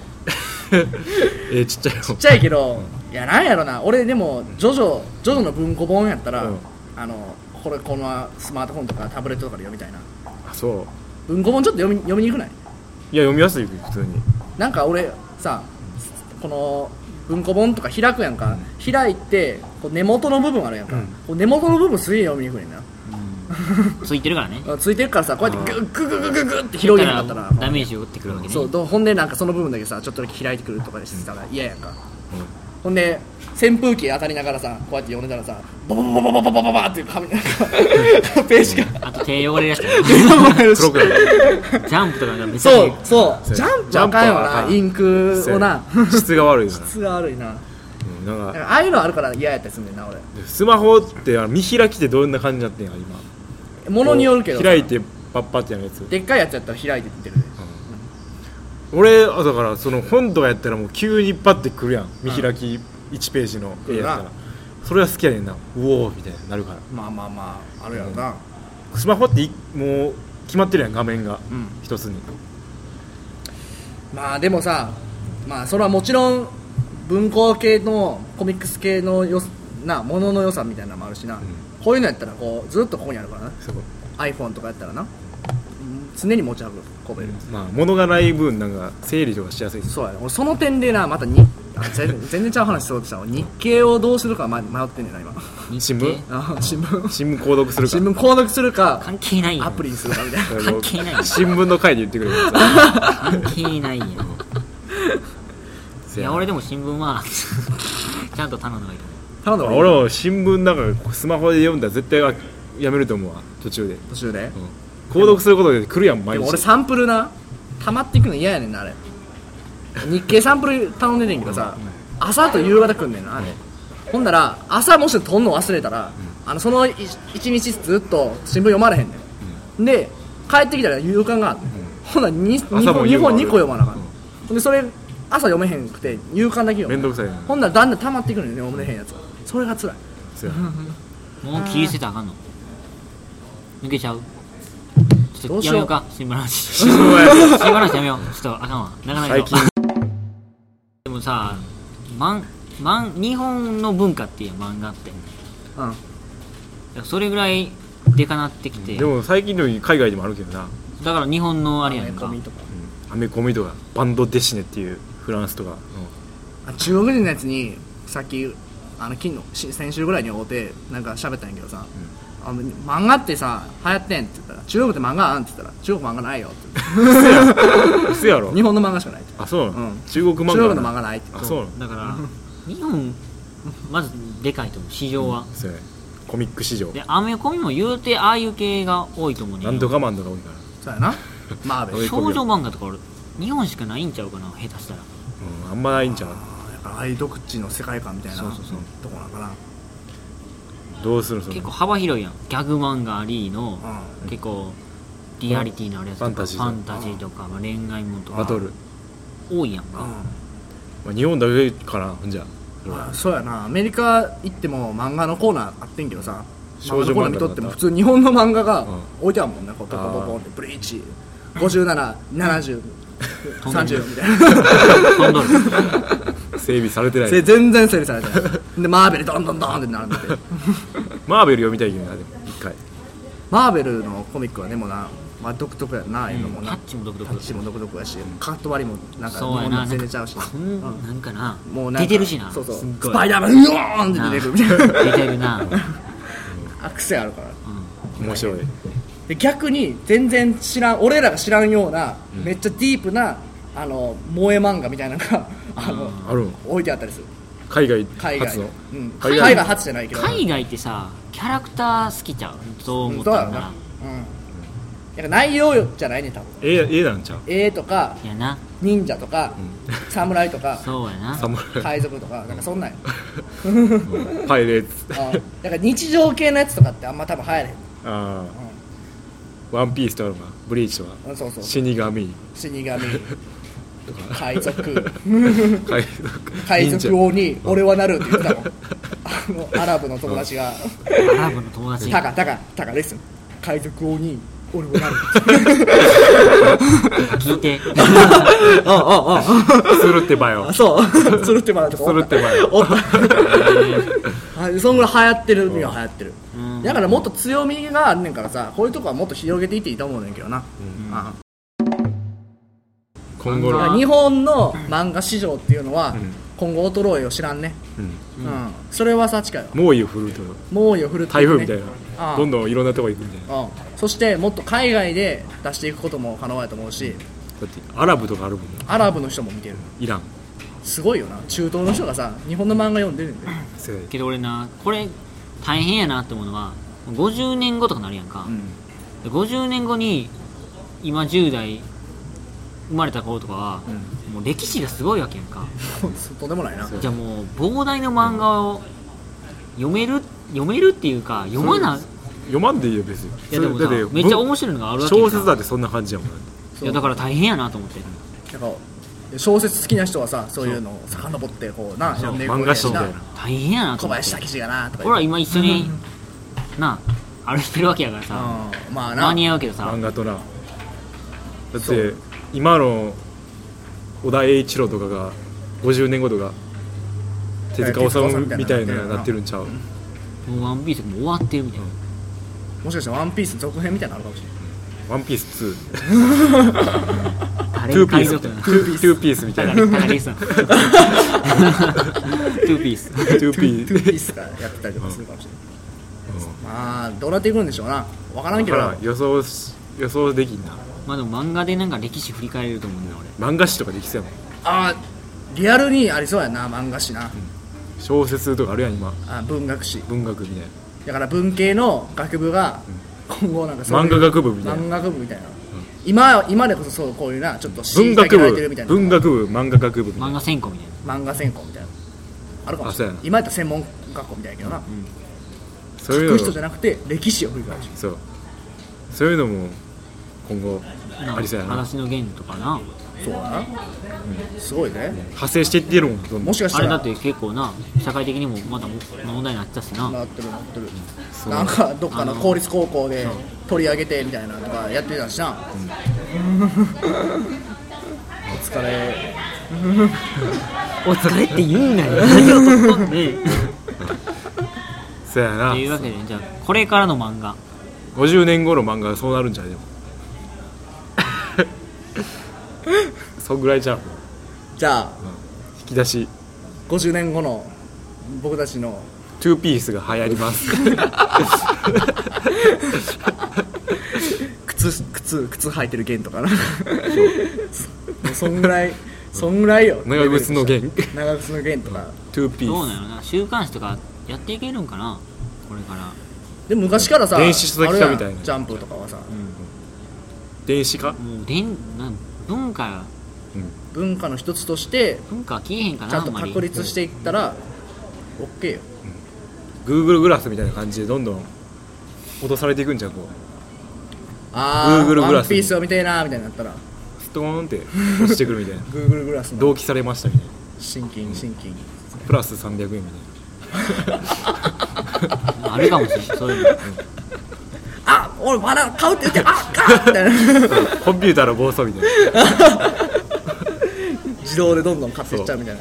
B: えちっちゃいもん
A: ちっちゃいけどいやなんやろな俺でもジョジョジョジョの文庫本やったら
B: うん
A: あのこれこのスマートフォンとかタブレットとかで読みたいな
B: あそう
A: 文庫本ちょっと読み読みにくくない
B: いや読みやすい普通
A: *laughs*
B: に
A: なんか俺さこの文庫本とか開くやんか、開いてこう根元の部分あるやんか、
B: うん
A: こう根元の部分すげえ読みにくいねんな
C: ついてるからね
A: あついてるからさこうやってグッグッグッグッグッって広げなかったらもう
C: ダメージを打ってくるわけね
A: そうどほんでなんかその部分だけさちょっとだけ開いてくるとかしてたら嫌やんか、ほんで扇風機当たりながらさこうやって読んでたらさバババババババババって紙なんかページが
C: あと手汚れ
A: *laughs*
C: 出した
A: 汚れるし
B: 黒くなる
A: *laughs*
C: ジャンプとかがめっちゃ
A: そうそうジャンプはあかん
B: ジャンプはあ
A: よ
B: か
A: なんインクをな
B: 質が悪いよな
A: 質が悪いな
B: うんなん
A: だか
B: から
A: ああいうのあるから嫌やったりすんねんな俺
B: スマホってあの見開きってどんな感じになってんや今
A: ものによるけどさ
B: 開いてパッパってやるやつ
A: でっかいやつやったら開いてってる
B: 俺あだからその本とかやったらもう急にパッてくるやん見開き1ページの絵や
A: 来る
B: ったらそれが好きやねんなうおーみたいになるから
A: まあまあまああるやろな
B: スマホっていもう決まってるやん画面が
A: うん
B: 一つに
A: まあでもさまあそれはもちろん文庫系のコミックス系のよなものの良さみたいなのもあるしな、こういうのやったらこうずっとここにあるからな
B: そう
A: iPhone とかやったらな常に持ち運べる、
B: まあ物がない分なんか整理とかしやすいです
A: そうやね俺その点でなまたにあ全 *laughs* 全然ちゃう話しようとしたわ日経をどうするか迷迷ってんねんな今
B: 新聞
A: あ新聞
B: 新聞購読するか
A: 新聞購読するか
C: 関係ないやん
A: アプリにするかみたいな
B: *laughs* あ
C: 関
B: の
C: 係ない
B: 新聞の回で言ってくれるや
C: 関係ないやん
B: つ
C: いや俺でも新聞は *laughs* ちゃんと頼んだ方がいいと
A: 頼
C: 思
A: んだ
B: あ
A: 方がいい
B: 俺も新聞なんかスマホで読んだら絶対はやめると思うわ途中で、
A: 途中で
B: うん、購読することで来るやん
A: で
B: 毎
A: も
B: 日
A: 俺サンプルな溜まっていくの嫌やねんなあれ日経サンプル頼んでんねんけどさ朝と夕方来んねんなあれほんなら朝もし撮んの忘れたらあのそのい一日ずっと新聞読まれへんねんで帰ってきたら夕刊があってほんならに日本
B: 朝も夕
A: 2
B: 刊ある
A: 本2個読まなあかっ
B: うん
A: ほんでそれ朝読めへんくて夕刊だけ
B: め
A: 読
B: んど
A: む
B: くさいな
A: ほんならだんだん溜まっていくのよね読めへんやつがそれが辛い
B: そうや
C: うもう切り捨てたらあかんの抜けちゃうちょ
A: ど
C: っ
A: う
C: と
A: し
C: や
A: よう
C: めようか新聞の話新
B: 新聞はや
C: 聞の話やめようちょっとあかんわなかなか
B: 最近
C: でもさ、まんまん日本の文化っていう漫画って
A: うん
C: それぐらいでかなってきて
B: でも最近の海外でもあるけどな
C: だから日本のあれやん
A: 込
C: か
A: みとか
B: アメコミとかバンドデシネっていうフランスとか、
A: あ中国人のやつにさっきあの金のし先週ぐらいに会うてなんか喋ったんやけどさ、あの漫画ってさ流行ってんって言ったら中国って漫画あんって言ったら中国漫画ないよって言って
B: うん、嘘やろ
A: 日本の漫画しかないって
B: あそうなの、
A: うん
B: 中国漫画
A: 中国の漫画ないって
B: あそうな
C: だ
B: の
C: から日本まずでかいと思う市場は、
B: そうやコミック市場
C: でアメコミも言うてああいう系が多いと思うねんよ
B: 何度かマンドが多いから
A: そうや
B: *laughs*
A: なマーベル
B: 追い込み
C: 少女漫画とか俺日本しかないんちゃうかな下手したら
B: うん、あんまないんちゃう
A: 愛独地の世界観みたいな
B: そうそうそう
A: とこなんかな
B: どうするそ
C: 結構
B: の
C: 幅広いやんギャグ漫画ありの、
A: う
C: 結構リアリティのあるやつとか
B: ファンタジー
C: ファンタジーとか、まあ、恋愛もんとか
B: バトル、
C: 多いやんか、
B: まあ、日本だけかなほんじゃ
A: うんあそうやなアメリカ行っても漫画のコーナーあってんけどさ
B: 少女
A: 漫画の
B: 漫画
A: コーナー見とっても普通日本の漫画が
B: うん
A: 置いてあるもんねこうポポポポンってブリーチ577030みたいな
C: 飛んどる
B: 整備されてない
A: せ全然整理されてないでマーベルどんどんどんって並んでて
B: マーベル読みたいけどなでも一回
A: マーベルのコミックはねもうな、まあ、独特やなああいうのも
C: タ
A: な、
C: ッチも独特
A: タッチも独特やしカット割りもなんか日
C: そうや
A: 本
C: な
A: の全然ちゃうし
C: こんなんかな
A: もうなんか
C: 出てるしな
A: そうそう
C: すっごい
A: スパイダーマンうおー *laughs* んって出てくるみたいな
C: 出てるな、うん、
A: あ癖あるから
B: 面白い
A: で逆に全然知らん俺らが知らんような、
B: うん
A: めっちゃディープなあの萌え漫画みたいなのがあの、
B: あるん
A: 置いてあったりする
B: 海外
A: 海外
B: 初の
A: うん、
B: 海
A: 海
B: 外
A: 外初じゃないけど
C: 海外ってさキャラクター好きちゃうそう
A: う
C: 思
A: ん
C: っ
A: どうだ
C: た
A: ろ
C: ん
A: う
C: だ
A: な
C: な、
A: うん、なんか内容よじゃないね多分
B: ええええなんちゃう、
A: 絵とか
C: いやな
A: 忍者とか、
B: う、
A: 侍と *laughs* か
C: そうやなん
B: 侍
A: 海賊とかなんかそんなんや
B: うんパイレーツ
A: あだから日常系のやつとかってあんま多分流行れへん、
B: ああワンピースとかブリーチとか
A: うん、そうそう
B: 死神
A: 死神
B: とか
A: 海 *laughs* 賊
B: 海賊
A: 海賊
B: を
A: 王に「俺はなる」って言ってたもんあのアラブの友達が
C: アラブの友
A: 「
C: 達
A: タ
C: や
A: カタカタカです」海賊王に「俺はなる
C: 聞いて」
A: *laughs* あああ
B: するってばよ
A: あそう *laughs* つるってばらとか
B: するってばよ
A: おった *laughs* はいそんぐらい流行ってるには流行ってる
C: うん
A: だからもっと強みがあんねんからさこういうとこはもっと広げていっていいと思うねんけどな、あ
B: 今後
A: だから
B: の
A: 日本の漫画市場っていうのは、
B: ん
A: 今後衰えを知らんね、うんそれはさ近いわ
B: 猛威を振るうと
A: 猛威を振るって
B: 台
A: いくね
B: 風みたい
A: あ
B: な
A: あ
B: どんどんいろんなとこ行くみたいなだ
A: うん、そしてもっと海外で出していくことも可能やと思うし
B: ってアラブとかあるもんな
A: アラブの人も見てる
B: イラン
A: すごいよな中東の人がさ日本の漫画読んでるんで
B: 世代
C: けど俺なこれ大変やなって思うのは50年後とかなるやんか、
A: ん
C: で50年後に今10代生まれた子とかは、もう歴史がすごいわけやんか
A: とんでもないな
C: じゃあもう膨大な漫画を読める読めるっていうか読まない
B: 読まんでいいよ別に
C: いやでも
B: そ
C: さ
B: れだって
C: めっちゃ面白いのがあるわけやん
B: 小
C: か
B: 説だってそんな感じやもんだって
A: そ
C: いうやだから大変やなと思って
A: なんか小説好きな人はさそういうのを遡ってこうな読んでいく
B: 漫画書みたい
A: わけ
B: な
A: やし
C: 大変やなと
A: 小
C: 思って
A: 林武史がなとか
C: 俺ら今一緒にな歩いてるわけやからさ
A: うんまあな
C: 間に合うけどさ
B: 漫画となだっ
A: そ
B: て
A: う
B: 今の小田栄一郎とかが50年後とか手塚治虫みたいななってるんちゃう
C: もうワンピースも終わってるみたいな
A: もしかしたら「ワンピースの続編みたいなのあるかもしれない
B: 「ワンピース2」
C: あれ
B: 「トゥーピー
C: 海
B: ス」み
C: 賊
B: たいな「
C: なだ
B: トゥーピース」みた
C: か
B: い
C: ら *laughs*
B: な「
C: だからリスさんトゥーピース
B: トゥーピ
A: トゥー
B: ー
A: ピースがやってたりとかするかもしれないまあどうなっていくんでしょうな分からん
B: ス」
A: け
B: か
A: ど
B: ら予想し予想できんな
C: まあでも漫画でなんか歴史振り返れると思うんだ俺
B: 漫画誌とかできそうやもん
A: あリアルにありそうやな漫画誌な、
B: 小説とかあるやん今
A: あ文学誌
B: 文学みたいな
A: だから文系の学部が今後なんかそういう
B: 漫画学部みたい
A: 漫
B: な
A: 画学部みたいな、今今でこそそうこういうなちょっと
B: 文
A: だ
B: 学
A: けられてる
B: 部
A: みたいな
B: 文学部漫画学部みたい
C: 漫
B: な
C: 画専攻みたいな
A: 漫画専攻みたいなあるかもしれな
B: あそうや
A: い
B: な
A: 今やったら専門学校みたいやけどな、
B: そうい
A: 書く
B: う
A: 人じゃ
B: の
A: なくて歴史を振り返る
B: そうそういうのも今後
C: な
B: ありそうやな
C: 話の源とかな
A: そうやな、すごいね
B: 派生していってるもんどんど
A: も
B: ん
A: しかし
C: あ
A: た
C: れ
A: ら
C: だって結構な社会的にもまだ問題になってたしな
A: なってるなってる
B: う
A: なんかどっかの公立高校で取り上げてみたいなのとかやってたしな、 *laughs* お疲れ
C: お疲れって言うな
B: *laughs*
C: よね
B: そうやな
C: というわけでじゃあこれからの漫画
B: 50年後の漫画がそうなるんじゃないでも *laughs* そんぐらいじゃん
A: じゃあ
B: 引き出し
A: 50年後の僕たちの
B: 「トゥーピース」が流行
A: *laughs*
B: ります
A: 靴靴靴履いてる弦とかな *laughs* そそんぐらいそんぐらいよ
B: 長靴の弦
A: 長靴の弦とか
B: トゥーピ
C: どうな
B: ー
C: のな週刊誌とかやっていけるんかなこれから
A: でも昔からさ
B: 電子書籍化みたいな
A: あれやんジャンプとかはさ
B: ス電子化
C: もうでんなん文化
A: 文化の一つとして
C: 文化は消えへんか
A: ちゃ
C: なんあ
A: と
C: んまり
A: 確立していったら OK よ
B: Google グラスみたいな感じでどんどん落とされていくんじゃんこう
A: ああ
B: Google グラスに
A: ワンピースを見てえなみたいになったら
B: ストーンって落ちてくるみたいな *laughs*
A: Google グラスの
B: 同期されましたみたい
A: 心筋心筋
B: なプラス300円みたいな
C: あるかもしれないそういうの
A: あ俺まだ買うって言ってあ買うみたいな
B: コンピューターの暴走みたいな
A: 自動でどんどん買ってっちゃうみたいな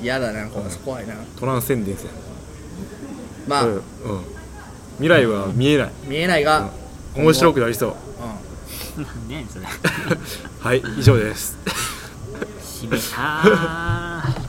A: 嫌だなこれ怖いな
B: トランスセンデンスや
A: まあ
B: うんうん未来は見えない
A: 見えないが
B: 面白くなりそう
A: う
C: なんでやねんそれ
B: はい以上です
C: 締めたー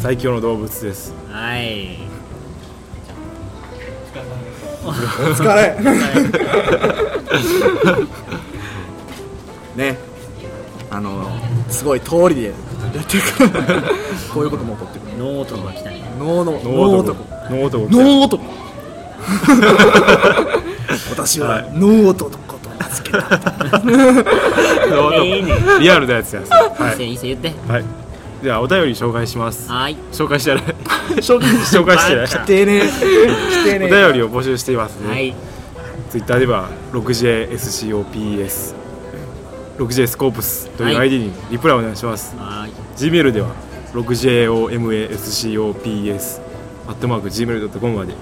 B: 最強の動物です
C: はい
A: 疲れ *laughs* ねあのすごい通りでやってるから *laughs* こういうことも起こってくる
C: ノー男が来たね
A: 脳の脳
B: ノー
A: 男
B: 男ノー男
A: 脳男 *laughs* 私は
B: はい
A: 脳男と名付けた
B: ノ
C: いいね
B: ー男リアルなやつやつは
C: 一斉
B: い、
C: 一斉言って
B: はい、ではお便り紹介します
C: はーい
B: 紹介して *laughs* ない
A: 紹介し
B: 紹介してない
A: 否定ね否定
B: お
A: ね
B: 便りを募集していますね、
C: はい
B: ツイッターでは 6JSCOPS 6J スコープスという
C: はい
B: ID にリプライお願いします、
C: はーい
B: Gmail では 6JOMASCOPS アットマーク Gmail.com まで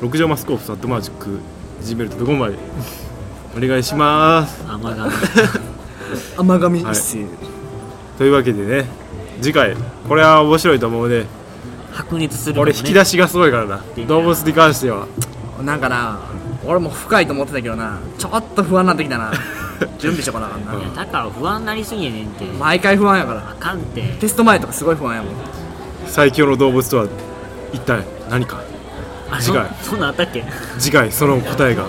B: 6畳マスコープスアットマーク Gmail.com までお願いします
C: 甘がみ
A: 甘神
B: はい
A: 一世
B: というわけでね次回これは面白いと思うね
C: 白熱する
B: 俺引き出
C: し
B: しがすごいからな動物に関しては
A: なんかな俺も深いと思ってたけどなちょっと不安になってきた *laughs* な準備しとかなあかんな
C: いやタカは不安になりすぎやねんて
A: 毎回不安やから
C: あかんて
A: テスト前とかすごい不安やもん
B: 最強の動物とは一体何か
C: あ
B: 次
C: そ
B: 回
C: そんなんあったっけ
B: 次回その答えが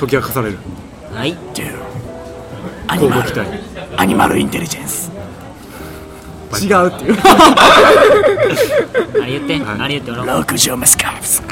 B: 解き明かされる
C: はい
A: アニ
B: 交
A: マ
B: 互期
A: ル
B: 待
A: アニマルインテリジェンス
B: バイ
A: 違うっていう
C: あれ言って、
B: はい
C: あれ言って俺も
A: 六畳マスカープス